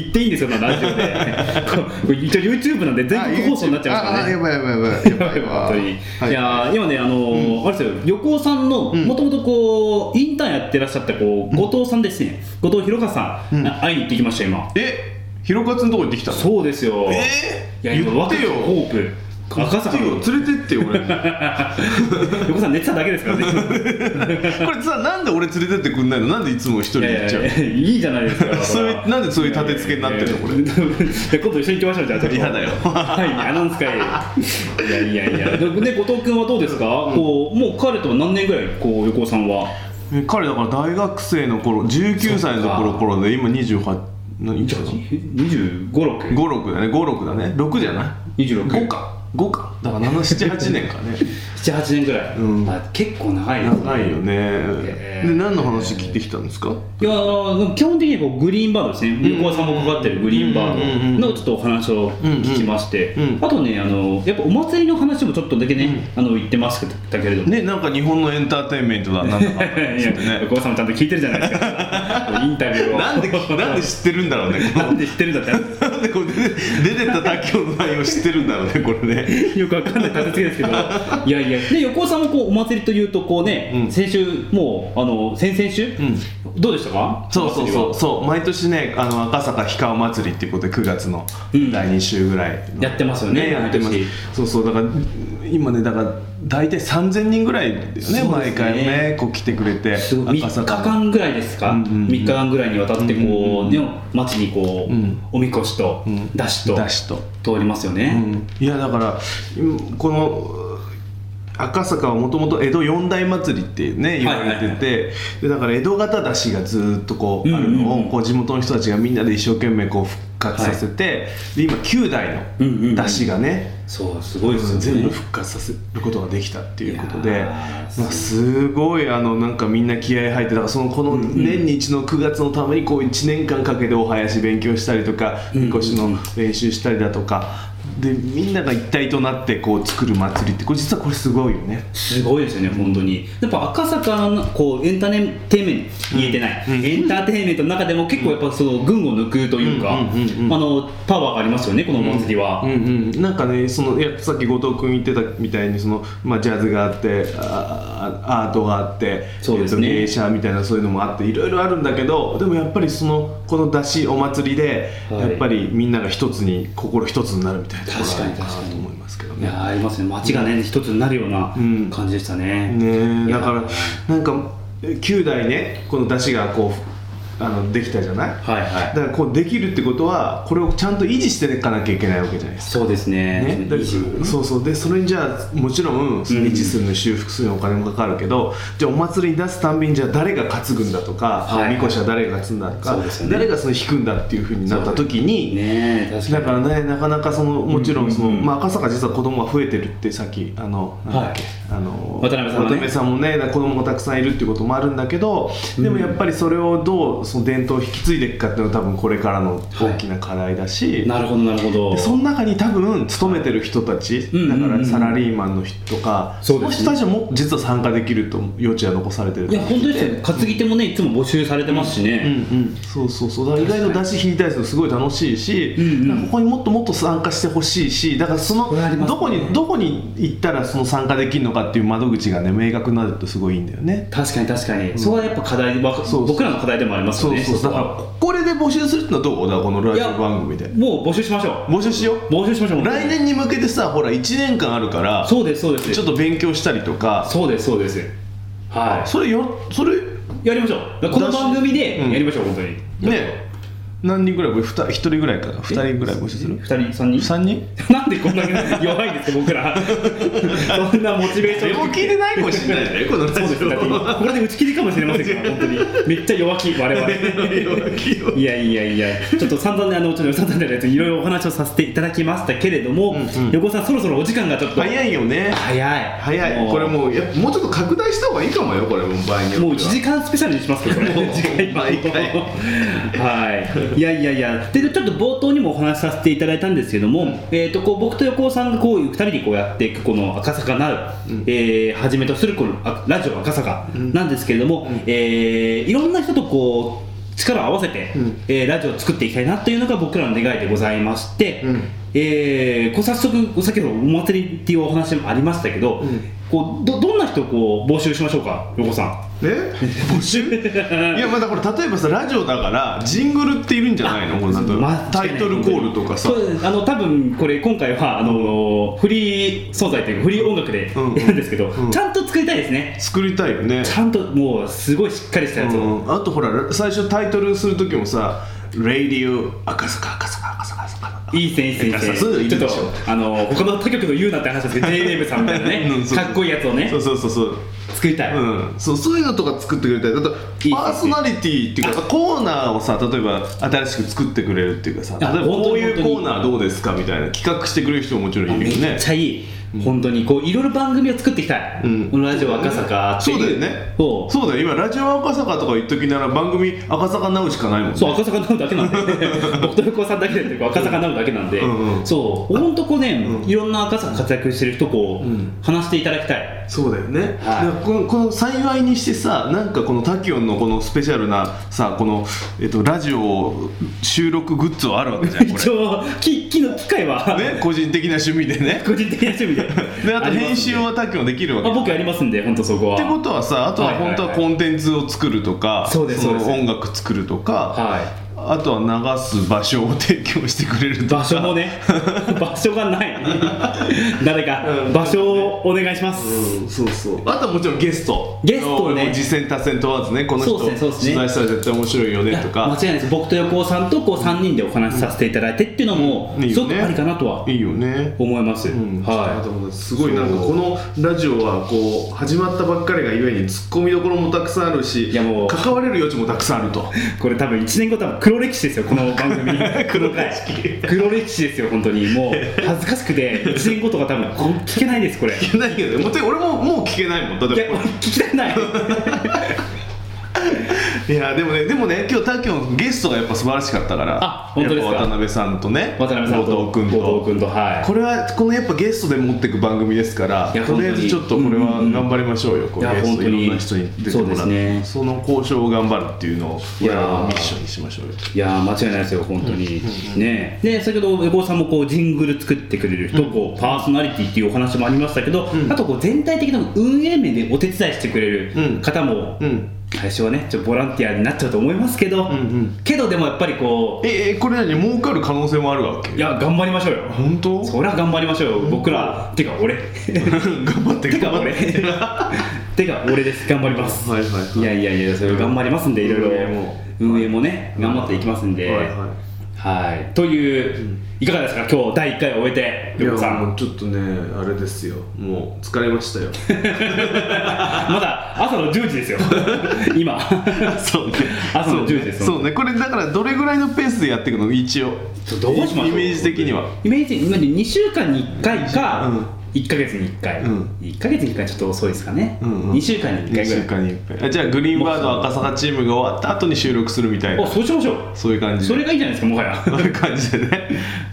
Speaker 1: っていいんですよなラジオで これ一応 YouTube なんで全国放送になっちゃいますからね
Speaker 2: あやばいやばいやばいやばいわ
Speaker 1: 本当に、、
Speaker 2: はい
Speaker 1: やー今ねあのーあれですよ横尾さんの
Speaker 2: ん
Speaker 1: もともとこうインターンやってらっしゃったこう後藤さんですね、後藤弘和さん、
Speaker 2: うん
Speaker 1: あ会いに行ってきました今
Speaker 2: えひろかつのとこ行ってきたの
Speaker 1: そうですよ
Speaker 2: え
Speaker 1: いや
Speaker 2: 言ってよ
Speaker 1: 今若きホープ赤坂の
Speaker 2: 言ってよ連れてってよ俺に
Speaker 1: 横尾さん寝てただけですからね
Speaker 2: これさなんで俺連れてってくんないのなんでいつも一人
Speaker 1: い
Speaker 2: で行
Speaker 1: や
Speaker 2: っ
Speaker 1: い
Speaker 2: ちゃう
Speaker 1: や
Speaker 2: の
Speaker 1: いやいいじゃないです か
Speaker 2: そういうなんでそういう立て付けになってんのこれ
Speaker 1: れ今度一緒に行きましょうじゃあちょっと
Speaker 2: 嫌だよ
Speaker 1: はい嫌なんすかいいやいやい やでね後藤君はどうですか、こうもう彼とは何年ぐらいこう横尾さんは
Speaker 2: え彼だから大学生の頃19歳の頃頃で今28何いくつだ
Speaker 1: 2 5 6
Speaker 2: 56だね56だね6じゃない
Speaker 1: 26
Speaker 2: 5か5かだから78年かね
Speaker 1: 78年ぐらい、
Speaker 2: うん
Speaker 1: あ結構長いですね
Speaker 2: 長いよ
Speaker 1: へ
Speaker 2: ね
Speaker 1: ー
Speaker 2: で何の話聞いてきたんですか
Speaker 1: いやーでも基本的にこうグリーンバードですね、横尾さんもかかってるグリーンバードのちょっとお話を聞きまして、
Speaker 2: うんうん
Speaker 1: あとねあの、やっぱお祭りの話もちょっとだけね、あの言ってますけどだけれども、
Speaker 2: ねなんか日本のエンターテインメントだ なんだかんだ
Speaker 1: いや
Speaker 2: っ
Speaker 1: い
Speaker 2: つっ
Speaker 1: や
Speaker 2: てね
Speaker 1: 横尾さんもちゃんと聞いてるじゃないです か、インタビューを。
Speaker 2: なんでなんで知ってるんだろうねこ
Speaker 1: な
Speaker 2: の
Speaker 1: んで知ってるんだって、
Speaker 2: なんでこれ出て出てった卓球の内容知ってるんだろうねこれね
Speaker 1: よくわかんない立て付けですけどいやいやで横尾さんもこうお祭りというとこうね、
Speaker 2: うん
Speaker 1: 先週もうあの先々週、
Speaker 2: うん
Speaker 1: どうでしたか
Speaker 2: そうそうそ
Speaker 1: お祭りは
Speaker 2: うそう毎年ねあの赤坂氷川祭りっていうことで9月の
Speaker 1: うん
Speaker 2: 第2週ぐらいの
Speaker 1: やってますよね
Speaker 2: やってます
Speaker 1: 毎年
Speaker 2: そうそうだから今ねだから大体3000人ぐらいだよね
Speaker 1: そうですね
Speaker 2: 毎回ねこう来てくれて
Speaker 1: すごい3日間ぐらいですか、
Speaker 2: う
Speaker 1: 三
Speaker 2: んうんうん
Speaker 1: 3日間ぐらいにわたってこう、
Speaker 2: うんうんうん
Speaker 1: ね街にこう、
Speaker 2: うん
Speaker 1: おみこしと、
Speaker 2: うん
Speaker 1: だしと
Speaker 2: だしと
Speaker 1: 通りますよ
Speaker 2: う
Speaker 1: ね、
Speaker 2: んいやだからうんこの赤坂はもともと江戸四大祭りってね言われてて、でだから江戸型出しがずっとこうあるのを、
Speaker 1: うんうんうん
Speaker 2: こう地元の人たちがみんなで一生懸命こう復活させて、で今9代
Speaker 1: うんうんう
Speaker 2: の
Speaker 1: ん
Speaker 2: 出しがね、
Speaker 1: そうすごいですよね、
Speaker 2: 全部復活させることができたっていうことで、
Speaker 1: いや
Speaker 2: まあ、
Speaker 1: ー
Speaker 2: すごいあのなんかみんな気合い入ってだからそのこの年に一度の9月のためにこう1年間かけてお囃子勉強したりとか
Speaker 1: うん
Speaker 2: みこしの練習したりだとかでみんなが一体となってこう作る祭りってこれ実はこれすごいよね。
Speaker 1: すごいですよね、本当に。やっぱ赤坂のこうエンターテインメント、言えてない、
Speaker 2: うん
Speaker 1: エンターテインメントの中でも結構やっぱその群を抜くというか、
Speaker 2: うんうんうんうん
Speaker 1: あのパワーがありますよね、このお祭りは。
Speaker 2: うんうん、なんかねそのいやさっき後藤君言ってたみたいにその、まあ、ジャズがあってああアートがあって
Speaker 1: そうですね
Speaker 2: えっと芸者みたいなそういうのもあっていろいろあるんだけどでもやっぱりそのこの出しお祭りで、
Speaker 1: はい
Speaker 2: やっぱりみんなが一つに心一つになるみたいなところがあるかな
Speaker 1: 確かに確かに
Speaker 2: と思いますけど
Speaker 1: いや
Speaker 2: ね。
Speaker 1: ーありますね、街がね、一つになるような
Speaker 2: うん
Speaker 1: 感じでしたね。
Speaker 2: ねえ
Speaker 1: いや
Speaker 2: だからなんか9代ねこの出汁がこうあのできたじゃない、
Speaker 1: はいは
Speaker 2: だ
Speaker 1: い。
Speaker 2: からこうできるってことはこれをちゃんと維持していかなきゃいけないわけじゃないですか。
Speaker 1: そうですね。
Speaker 2: ね、だ
Speaker 1: いいし
Speaker 2: そうそうでそれにじゃあもちろんその維持するの修復するのお金もかかるけど、じゃあお祭りに出すたんびにじゃあ誰が担ぐんだとか、
Speaker 1: はい
Speaker 2: みこしは誰が担ぐんだとか、
Speaker 1: そうですよね
Speaker 2: 誰がその引くんだっていうふうになった時に、
Speaker 1: ねえ確か
Speaker 2: だ
Speaker 1: に。
Speaker 2: からねなかなかそのもちろんその、
Speaker 1: うんうんうん
Speaker 2: まあ、赤坂実は子供が増えてるってさっきあのなんだっけ、あの
Speaker 1: 渡辺さんもね
Speaker 2: 渡辺さんもね子供がたくさんいるっていうこともあるんだけどでもやっぱりそれをどうその伝統を引き継いでいくかっていうのは多分これからの大きな課題だし、
Speaker 1: なるほど、なるほど
Speaker 2: で。その中に多分勤めてる人たち、
Speaker 1: うんうんうん
Speaker 2: だからサラリーマンの人とか
Speaker 1: そうですね
Speaker 2: の人たちも実は参加できると余地は残されてる
Speaker 1: いや、本当ですよ、担ぎ手もね、いつも募集されてますし
Speaker 2: うん
Speaker 1: ね。
Speaker 2: うん、そうそうそうだから意外と出し引いたりするのすごい楽しいし、
Speaker 1: うんうん
Speaker 2: なんかここにもっともっと参加してほしいしだからその
Speaker 1: これありますね
Speaker 2: どこにどこに行ったらその参加できるのかっていう窓口がね明確になるとすごいいいんだよね。
Speaker 1: 確かに確かに、そこはやっぱ課題わか
Speaker 2: そうそう
Speaker 1: 僕らの課題でもありますよ
Speaker 2: そう
Speaker 1: ね。
Speaker 2: そう
Speaker 1: そ
Speaker 2: だ
Speaker 1: こ
Speaker 2: か
Speaker 1: は
Speaker 2: らこれで募集するってのはどうだからこのラジオ番組で
Speaker 1: もう募集しましょう。
Speaker 2: 募集しよう
Speaker 1: 募集しましょう。
Speaker 2: 来年に向けてさほら1年間あるから
Speaker 1: そうですそうです
Speaker 2: ちょっと勉強したりとか
Speaker 1: そうですそうですは
Speaker 2: それよそれ
Speaker 1: いやりましょうこの番組で
Speaker 2: うん
Speaker 1: やりましょう、本当に
Speaker 2: ね何人ぐらい募集ふた一人ぐらいかな二人ぐらい募集する
Speaker 1: 2人3人
Speaker 2: 三人
Speaker 1: なんでこんなに弱いんですか僕 らそんなモチベーション
Speaker 2: ないかもしれないねこの
Speaker 1: そうですだって今これで打ち切りかもしれませんから本当にめっちゃ弱気我々いやいやいやちょっと散々ねあのちょっと散々なやついろいろお話をさせていただきましたけれども、
Speaker 2: うんうん
Speaker 1: 横尾さんそろそろお時間がちょっと
Speaker 2: 早いよね
Speaker 1: 早い
Speaker 2: 早いこれもういやもうちょっと拡大した方がいいかもよこれもう場合によっては
Speaker 1: もう1時間スペシャルにしますけどね
Speaker 2: もう
Speaker 1: 次回も
Speaker 2: 毎回
Speaker 1: はいいやいやいやでちょっと冒頭にもお話しさせていただいたんですけども、えー、とこう僕と横尾さんがこう2人でこうやっていくこの赤坂なる、えーはじめとするこのあラジオ赤坂なんですけれども、えーいろんな人とこう力を合わせて、
Speaker 2: うん
Speaker 1: えーラジオを作っていきたいなというのが僕らの願いでございまして、
Speaker 2: うん
Speaker 1: えーこう早速先ほどお祭りっていうお話もありましたけど、
Speaker 2: うん
Speaker 1: こうどどんな人をこう募集しましょうか横尾さん
Speaker 2: え募集いやまあだから例えばさラジオだからジングルっているんじゃないのこの後
Speaker 1: まあ
Speaker 2: タイトルコールとかさ
Speaker 1: そうですあの多分これ今回はあのフリー素材というかフリー音楽で
Speaker 2: うん
Speaker 1: やるんですけど、
Speaker 2: うん
Speaker 1: ちゃんと作りたいですね
Speaker 2: 作りたいよね
Speaker 1: ちゃんともうすごいしっかりしたやつを、
Speaker 2: うん、あとほら最初タイトルする時もさ「レイディオ赤坂赤坂赤坂赤坂」
Speaker 1: いい線いい線いい
Speaker 2: そ
Speaker 1: 線
Speaker 2: うそういうのいい
Speaker 1: ちょっ
Speaker 2: で
Speaker 1: と
Speaker 2: しょ
Speaker 1: あの他の他局の言うなって話 ですけど JWAVE さんみたいなね
Speaker 2: うんそうそう
Speaker 1: かっこいいやつをね
Speaker 2: そうそうそうそう
Speaker 1: 作りたい、
Speaker 2: うん、そうそういうのとか作ってくれたりだと
Speaker 1: いい
Speaker 2: パーソナリティっ ていうかコーナーをさ例えば新しく作ってくれるっていうかさ
Speaker 1: いや
Speaker 2: 例えば
Speaker 1: 本当に
Speaker 2: こう
Speaker 1: 本当
Speaker 2: いう
Speaker 1: に
Speaker 2: コーナーどうですかみたいな企画してくれる人ももちろんい
Speaker 1: め
Speaker 2: るよね
Speaker 1: っちゃいい、本当にこういろいろ番組を作っていきたい、
Speaker 2: うん
Speaker 1: このラジオ赤坂ってい
Speaker 2: そう
Speaker 1: う
Speaker 2: だよね
Speaker 1: そう
Speaker 2: そうだよ今ラジオ赤坂とか言っときなら番組赤坂直しかないもんね
Speaker 1: そう赤坂直だけなん で僕と横尾さんだけで赤坂直だけなんで、
Speaker 2: うんうん
Speaker 1: そう本当こうね、いろんな赤坂活躍してる人こう、
Speaker 2: うん
Speaker 1: 話していただきたいい
Speaker 2: そうだよね、
Speaker 1: はい
Speaker 2: だからこのこの幸いにしてさなんかこのタキオンのこのスペシャルなさこの、えっと、ラジオ収録グッズはあるわけじゃんこ
Speaker 1: 一応ききの機会は、
Speaker 2: れね個人的な趣味でね
Speaker 1: 個人的な趣 味で
Speaker 2: であと
Speaker 1: りますんで
Speaker 2: 編集はタキオンできるわけ
Speaker 1: あ僕ありますんで本当そこは
Speaker 2: ってことはさあとは本当はコンテンツを作るとか、
Speaker 1: そうですそうです
Speaker 2: の音楽作るとか、
Speaker 1: は
Speaker 2: あとは流す場所を提供してくれる
Speaker 1: い
Speaker 2: とか
Speaker 1: 場所 もね場所がない 誰か
Speaker 2: うん
Speaker 1: 場所をお願いします、
Speaker 2: うんそうそうあとはもちろんゲスト
Speaker 1: ゲストね
Speaker 2: もう実践多戦問わずねこの人
Speaker 1: そうですねそうですね
Speaker 2: 取材したら絶対面白いよねと
Speaker 1: 間
Speaker 2: か
Speaker 1: 違いないです僕と横尾さんとこう3人でお話しさせていただいてっていうのも
Speaker 2: いい
Speaker 1: す
Speaker 2: よ
Speaker 1: ごく
Speaker 2: ね
Speaker 1: ありかなとはい
Speaker 2: いよね
Speaker 1: 思います、
Speaker 2: うんあ
Speaker 1: は
Speaker 2: ともうすごいなんかこのラジオはこう始まったばっかりがゆえにツッコミどころもたくさんあるし
Speaker 1: いやもう
Speaker 2: 関われる余地もたくさんあると
Speaker 1: いこれ多分1年後多分黒歴史ですよこの番組
Speaker 2: 黒歴史
Speaker 1: 黒歴史ですよ本当にも う恥ずかしくて1年後とか多分こ聞けないですこれ
Speaker 2: 聞けないけどねもうて俺ももう聞けないもんだっ
Speaker 1: いや
Speaker 2: て
Speaker 1: 聞きたくない
Speaker 2: いやでもねでもね今日タキョンゲストがやっぱ素晴らしかったから
Speaker 1: あ本当ですか
Speaker 2: やっぱ渡辺さんとね
Speaker 1: 渡辺さんと
Speaker 2: 後藤君と
Speaker 1: 後藤君とはい
Speaker 2: これはこのやっぱゲストで持っていく番組ですから
Speaker 1: いや
Speaker 2: とりあえずちょっとこれは
Speaker 1: 本当にうんうんうん
Speaker 2: 頑張りましょうよ、こう
Speaker 1: いや
Speaker 2: ゲス
Speaker 1: 本
Speaker 2: ト
Speaker 1: 当
Speaker 2: いろ
Speaker 1: に
Speaker 2: んな人に出てもらって
Speaker 1: そうですね
Speaker 2: その交渉を頑張るっていうのを
Speaker 1: い
Speaker 2: こ
Speaker 1: や
Speaker 2: れ
Speaker 1: ー
Speaker 2: はミッションにしましょうよ
Speaker 1: いやー間違いないですよ、本当に。ねえで、先ほど、横尾さんもこうジングル作ってくれる人、こうパーソナリティっていうお話もありましたけど、
Speaker 2: ん
Speaker 1: あとこう全体的な運営面でお手伝いしてくれ
Speaker 2: うん
Speaker 1: る方も、
Speaker 2: うん
Speaker 1: 最初はね、ちょっとボランティアになっちゃうと思いますけど、
Speaker 2: んうん
Speaker 1: けどでもやっぱりこう、
Speaker 2: ええこれ何儲かる可能性もあるわけ
Speaker 1: いや、頑張りましょうよ。
Speaker 2: 本当
Speaker 1: そりゃ頑張りましょうよ、僕ら、てか俺。
Speaker 2: 頑張って
Speaker 1: てか
Speaker 2: 頑張
Speaker 1: 俺
Speaker 2: っ。
Speaker 1: てか俺です、頑張ります。
Speaker 2: はいはいはい
Speaker 1: いやいやいや、それ頑張りますんで、いろいろ
Speaker 2: 運営も
Speaker 1: 運営もね、頑張っていきますんで。
Speaker 2: はいはい
Speaker 1: はい、という、いかがですか、今日第1回を終えて、
Speaker 2: い
Speaker 1: よこさ
Speaker 2: やも
Speaker 1: ん、
Speaker 2: うちょっとねあれですよもう疲れましたよ
Speaker 1: まだ朝の10時ですよ、 今、
Speaker 2: そうね
Speaker 1: 朝の10時です
Speaker 2: そうねこれだからどれぐらいのペースでやっていくの一応
Speaker 1: ちょどうしましょう
Speaker 2: イメージ的には
Speaker 1: イメージ、今で2週間に1回か、
Speaker 2: うん
Speaker 1: 1か月に1回、
Speaker 2: うん
Speaker 1: 1か月に1回、ちょっと遅いですかね、
Speaker 2: うんうん
Speaker 1: 2週間に1回
Speaker 2: 一
Speaker 1: ぐ
Speaker 2: 週
Speaker 1: らい、
Speaker 2: 間に一回あじゃあグリーンバード赤坂チームが終わった後に収録するみたい
Speaker 1: あ
Speaker 2: な
Speaker 1: そうしましょう、
Speaker 2: そういう感じ
Speaker 1: それがいいじゃないですか、もはや。
Speaker 2: そういう感じでね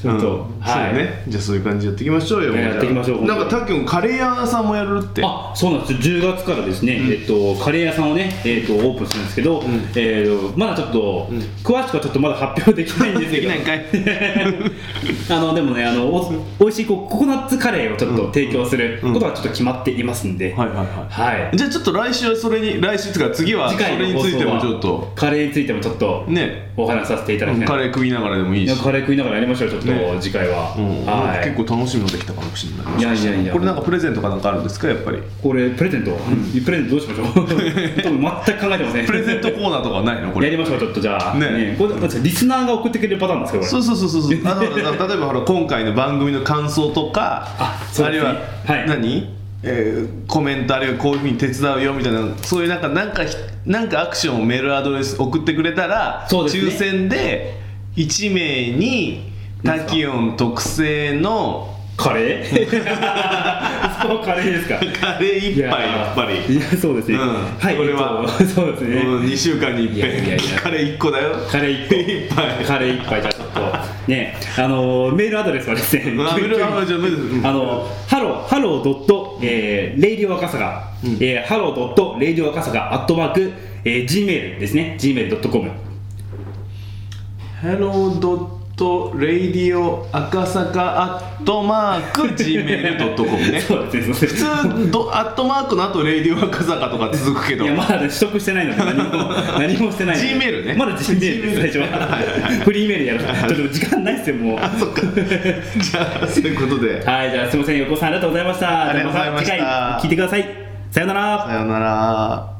Speaker 1: ちょっと
Speaker 2: うん
Speaker 1: はい
Speaker 2: そうねじゃあそういう感じでやっていきましょうよ
Speaker 1: ねやっていきましょう
Speaker 2: なんか
Speaker 1: 本当に
Speaker 2: たっきゅんカレー屋さんもやるって
Speaker 1: あそうなんです10月からですね、えっと、カレー屋さんをね、えっと、オープンするんですけど、えーまだちょっと、詳しくはちょっとまだ発表できないんですけど
Speaker 2: できないん
Speaker 1: あのでもねあのお美味しいこうココナッツカレーをちょっと提供することはちょっと決まっていますんで、
Speaker 2: はいはいは
Speaker 1: はい
Speaker 2: いじゃあちょっと来週はそれに来週とか次はそ
Speaker 1: 次回
Speaker 2: れ
Speaker 1: の
Speaker 2: に
Speaker 1: 放
Speaker 2: ついて
Speaker 1: 送
Speaker 2: も
Speaker 1: は
Speaker 2: ちょっと
Speaker 1: カレーについてもちょっと
Speaker 2: ね
Speaker 1: お話しさせていただきたい,、
Speaker 2: カレー食いながらでもいい
Speaker 1: い
Speaker 2: し
Speaker 1: やカレー食いながらやりましょうちょっと、
Speaker 2: ね
Speaker 1: 次回は、
Speaker 2: うんなん
Speaker 1: は
Speaker 2: か
Speaker 1: い
Speaker 2: 結構楽しみのできたかもしれない
Speaker 1: いやいやいや
Speaker 2: これなんかプレゼントかなんかあるんですかやっぱり
Speaker 1: これプレゼント、プレゼントどうし ましょう多分全く考えてません
Speaker 2: プレゼントコーナーとかはないのこれ
Speaker 1: やりましょうちょっとじゃあ
Speaker 2: ね
Speaker 1: これリスナーが送ってくれるパターンですかこれ
Speaker 2: そうそうそうそう そう。あの例えばほら今回の番組の感想とか、
Speaker 1: あそう
Speaker 2: るい
Speaker 1: ですね
Speaker 2: は、
Speaker 1: はい
Speaker 2: 何、えーコメントあるいはこういうふうに手伝うよみたいなそういうなんかなんかひなんかアクションをメールアドレス送ってくれたら、
Speaker 1: そうですね
Speaker 2: 抽選で1名に
Speaker 1: なん
Speaker 2: タ
Speaker 1: ですか
Speaker 2: キオン特製の
Speaker 1: カレー そうカレーですか
Speaker 2: カレー
Speaker 1: い
Speaker 2: 一
Speaker 1: や
Speaker 2: 杯やっぱり。
Speaker 1: いやそうです
Speaker 2: う
Speaker 1: ね、
Speaker 2: ん、
Speaker 1: はい
Speaker 2: これ
Speaker 1: え
Speaker 2: は、
Speaker 1: っと そうですね、
Speaker 2: うん、2週間に一
Speaker 1: いやいや
Speaker 2: 遍
Speaker 1: いや
Speaker 2: カレー1個だよ
Speaker 1: カレー一
Speaker 2: 一杯
Speaker 1: 杯カレー一杯じゃあちょっとねあのーメールアドレスはですね
Speaker 2: あメールアドレスじゃあメールうん
Speaker 1: あのハローハロードットレイディオ赤坂、えーハロードットレイディオ赤坂アットマーク、えー、Gmail ですね Gmail.com
Speaker 2: hello.radio 赤坂アットマーク gmail.com ね
Speaker 1: そうですねそうですね
Speaker 2: 普通ドアットマークの後レイディオ赤坂とか続くけど
Speaker 1: いやまだ、ね、取得してないので何も 何もしてない
Speaker 2: G メールね
Speaker 1: まだ G メールです最初 はフリーメールやろうちょっと時間ないですよもう
Speaker 2: あそっかじゃあそういうことで
Speaker 1: はいじゃあすみません横尾さんありがとうございました
Speaker 2: ありがとうございました
Speaker 1: じゃあまた次回聞いてくださいさようなら
Speaker 2: さようなら